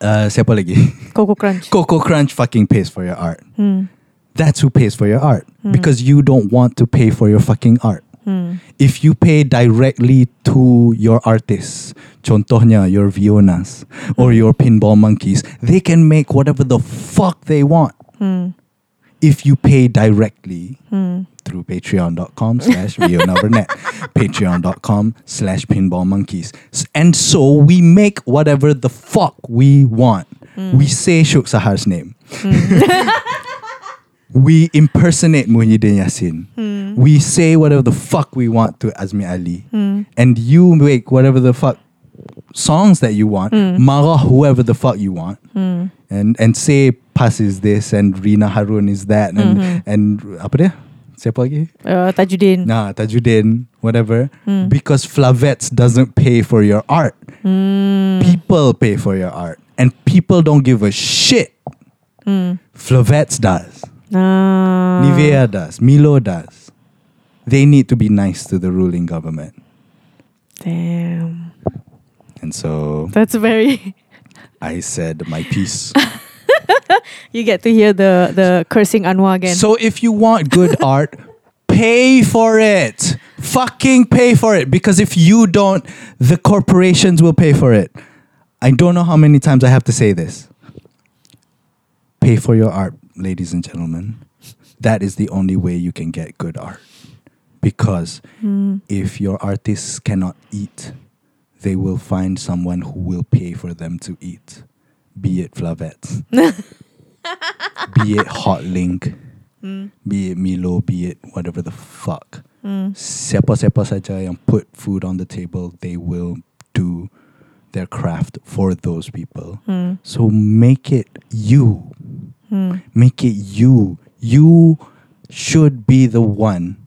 S2: uh, siapa lagi?
S3: Coco Crunch.
S2: Coco Crunch fucking pays for your art.
S3: Hmm.
S2: That's who pays for your art because you don't want to pay for your fucking art.
S3: Hmm.
S2: If you pay directly to your artists, contohnya your Vionas or
S3: Hmm.
S2: your Pinball Monkeys, they can make whatever the fuck they want.
S3: Hmm.
S2: If you pay directly
S3: Hmm.
S2: through patreon.com slash Viona Burnett, patreon.com slash pinball monkeys. And so we make whatever the fuck we want. We say Shuk Sahar's name. we impersonate Muhyiddin Yassin. We say whatever the fuck we want to Azmi Ali. And you make whatever the fuck songs that you want, marah whoever the fuck you want, and and say Pas is this and Rina Harun is that and and apa dia? Siapa lagi?
S3: Uh, Tajudin.
S2: Nah, Tajudin, whatever. Because Flavets doesn't pay for your art. People pay for your art. And people don't give a shit. Flavets does.
S3: Ah.
S2: Nivea does. Milo does. They need to be nice to the ruling government.
S3: Damn.
S2: And so
S3: That's very.
S2: I said my piece.
S3: you get to hear the the cursing Anwar again.
S2: So if you want good art, pay for it. Fucking pay for it. Because if you don't, the corporations will pay for it. I don't know how many times I have to say this. Pay for your art, ladies and gentlemen. That is the only way you can get good art. Because if your artists cannot eat, they will find someone who will pay for them to eat. Be it Flavette, be it Hot Link, be it Milo, be it whatever the fuck. Siapa-siapa saja yang put food on the table, they will do their craft for those people.
S3: Hmm,
S2: So make it you. Make it you. You should be the one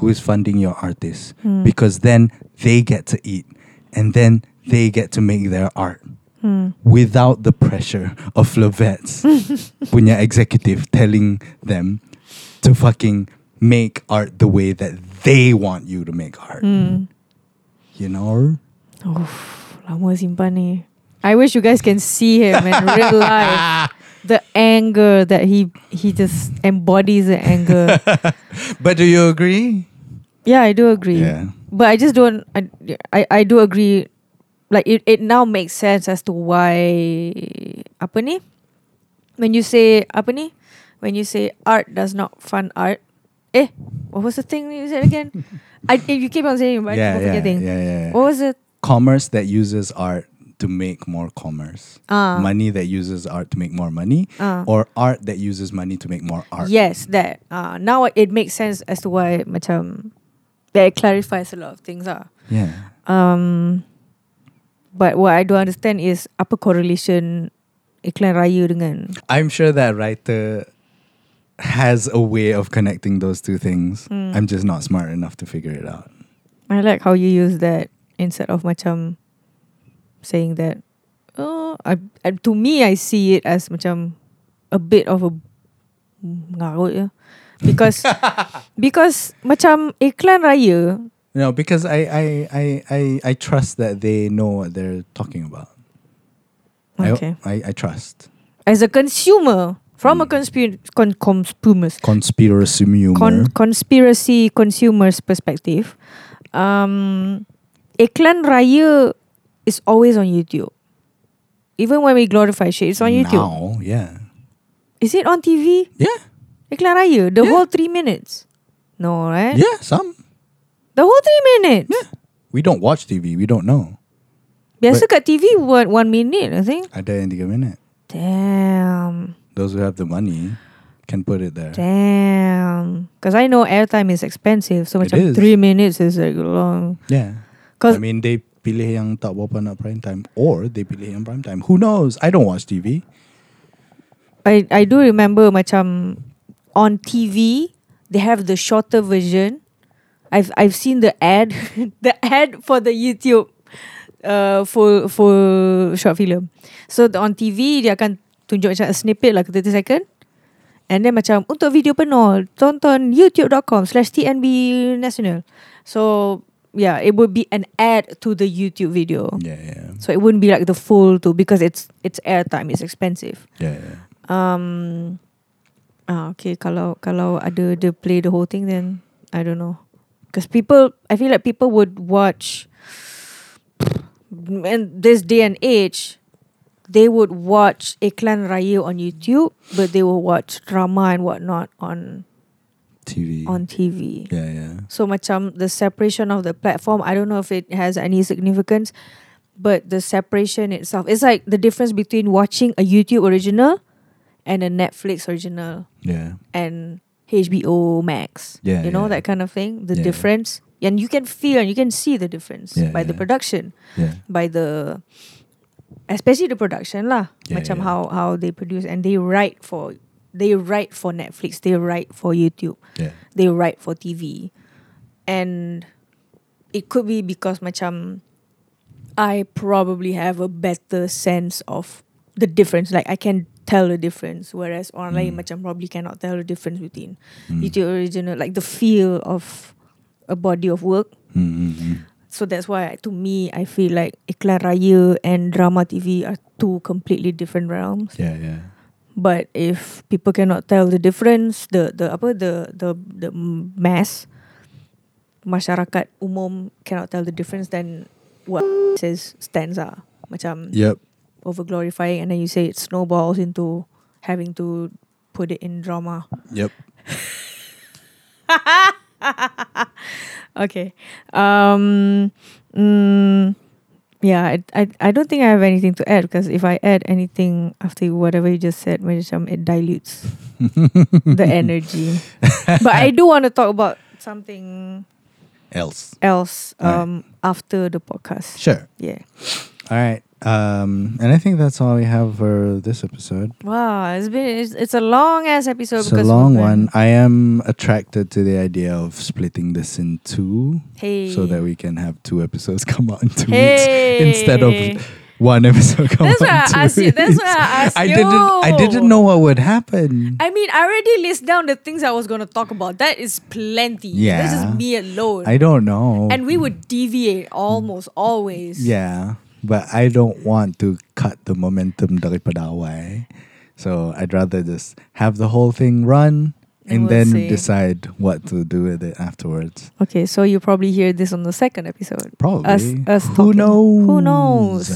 S2: who is funding your artists because then they get to eat and then they get to make their art
S3: hmm,
S2: without the pressure of Flavettes punya executive telling them to fucking make art the way that they want you to make art.
S3: Mm. hmm.
S2: You know?
S3: Lama simpan ni. I wish you guys can see him in real life. The anger that he he just embodies the anger.
S2: But do you agree?
S3: yeah, I do agree.
S2: Yeah.
S3: But I just don't. I I, I do agree. Like it, it now makes sense as to why apa ni? When you say apa ni? When you say art does not fund art. Eh, what was the thing you said again? I you keep on saying, but I
S2: yeah,
S3: keep on
S2: yeah, yeah,
S3: forgetting.
S2: yeah,
S3: What was it?
S2: Commerce that uses art to make more commerce.
S3: Ah.
S2: Money that uses art to make more money.
S3: Ah.
S2: Or art that uses money to make more art.
S3: Yes, that. Uh, now it makes sense as to why macam that it clarifies a lot of things ah.
S2: Yeah.
S3: Um but what I don't understand is apa correlation iklan raya dengan
S2: I'm sure that writer has a way of connecting those two things.
S3: Hmm.
S2: I'm just not smart enough to figure it out.
S3: I like how you use that instead of macam saying that oh I, I to me I see it as macam a bit of a ngarut ya. Because because macam iklan raya
S2: No, because I I, I, I, I trust that they know what they're talking about. I-
S3: okay.
S2: I, I, trust.
S3: as a consumer from a
S2: Hmm.
S3: conspir- con- consumer's
S2: Conspiracy humor.
S3: con- conspiracy consumer's perspective um iklan raya is always on youtube even when we glorify shit it's on youtube
S2: Now, yeah.
S3: is it on tv
S2: Yeah.
S3: iklan raya the
S2: Yeah.
S3: whole three minutes no right
S2: Yeah, some.
S3: the whole three minutes
S2: Yeah. We don't watch TV. We don't know.
S3: biasa kat tv one, one minute i think
S2: Ada yang tiga minit.
S3: damn
S2: Those who have the money can put it there.
S3: damn because i know airtime is expensive so
S2: It
S3: much
S2: is.
S3: three minutes is like long
S2: Yeah.
S3: 'Cause-
S2: I mean, they pilih yang tak berapa nak prime time or they pilih yang prime time. Who knows? I don't watch TV.
S3: I I do remember macam on TV they have the shorter version. I've I've seen the ad, the ad for the YouTube uh, full full short film. So the- on TV dia akan tunjuk macam a snippet lah 30 second. And then macam untuk video penuh tonton youtube.com slash TNB National. So yeah, it would be an ad to the YouTube video.
S2: Yeah, yeah,
S3: So it wouldn't be like the full too because it's it's airtime, it's expensive.
S2: yeah, yeah.
S3: Um, ah, okay, kalau kalau ada the play the whole thing, then I don't know. Because people, I feel like people would watch. And this day and age, they would watch Eklan Raya on YouTube, but they will watch drama and whatnot on
S2: TV.
S3: on TV.
S2: Yeah, yeah.
S3: So macam the separation of the platform, I don't know if it has any significance, but the separation itself, it's like the difference between watching a YouTube original and a Netflix original
S2: Yeah.
S3: and HBO Max.
S2: Yeah,
S3: you know
S2: yeah.
S3: that kind of thing. The
S2: Yeah, yeah.
S3: difference, and you can feel and you can see the difference
S2: Yeah,
S3: by the
S2: yeah.
S3: production,
S2: Yeah.
S3: by the especially the production lah.
S2: Yeah,
S3: macam
S2: yeah.
S3: how how they produce and they write for they write for Netflix, they write for YouTube
S2: Yeah.
S3: they write for TV. And it could be because macam I probably have a better sense of the difference. Like I can tell the difference. Whereas online
S2: Mm.
S3: macam probably cannot tell the difference between
S2: Mm.
S3: YouTube original, like the feel of a body of work.
S2: Mm, mm, mm.
S3: So that's why to me I feel like Iklan Raya and drama TV are two completely different realms.
S2: Yeah, yeah.
S3: But if people cannot tell the difference, the the apa the the the mass masyarakat umum cannot tell the difference, then what says stanza macam
S2: Yep.
S3: over glorifying, and then you say it snowballs into having to put it in drama.
S2: Yep.
S3: Okay, um, mm, yeah, I, I I don't think I have anything to add because if I add anything after whatever you just said, macam it dilutes. the energy. but I do want to talk about something
S2: Else.
S3: else
S2: Alright.
S3: um after the podcast.
S2: Sure.
S3: Yeah.
S2: All right. Um, and I think that's all we have for this episode.
S3: Wow, it's been it's, it's a long ass episode.
S2: it's a
S3: because
S2: long
S3: we've been-
S2: one. I am attracted to the idea of splitting this in two
S3: Hey.
S2: so that we can have two episodes come out in two
S3: hey.
S2: weeks instead of one episode come
S3: That's
S2: out.
S3: why
S2: in
S3: I
S2: two
S3: asked you. That's
S2: weeks.
S3: why I asked
S2: I
S3: you.
S2: didn't I didn't know what would happen.
S3: I mean, I already list down the things I was gonna talk about. That is plenty. This
S2: Yeah.
S3: is me alone.
S2: I don't know.
S3: and we would deviate almost always.
S2: Yeah, but I don't want to cut the momentum daripada awal. So I'd rather just have the whole thing run and
S3: And we'll
S2: then
S3: see.
S2: decide what to do with it afterwards.
S3: Okay, so you probably hear this on the second episode.
S2: Probably.
S3: Us, us
S2: Who
S3: talking.
S2: knows?
S3: Who knows?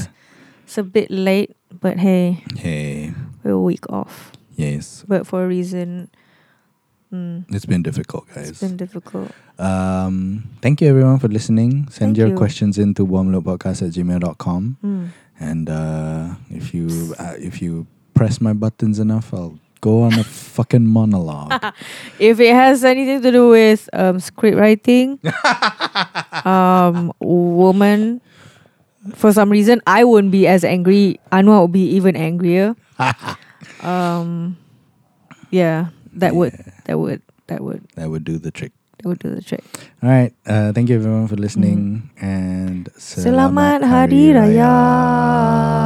S3: It's a bit late, but hey,
S2: Hey,
S3: we're a week off.
S2: yes.
S3: But for a reason, mm,
S2: It's been difficult, guys.
S3: it's been difficult.
S2: um, thank you, everyone, for listening. Send
S3: Thank
S2: your
S3: you.
S2: questions in to warmloadpodcast at gmail.com.
S3: Mm.
S2: And uh, if you uh, if you press my buttons enough, I'll go on a fucking monologue.
S3: If it has anything to do with um, script writing, um, woman, for some reason, I wouldn't be as angry. Anwar would be even angrier. um, yeah, that would, that would, that would,
S2: that would do the trick.
S3: that would do the trick.
S2: All right. Uh, thank you everyone for listening and
S3: Selamat Hari Raya.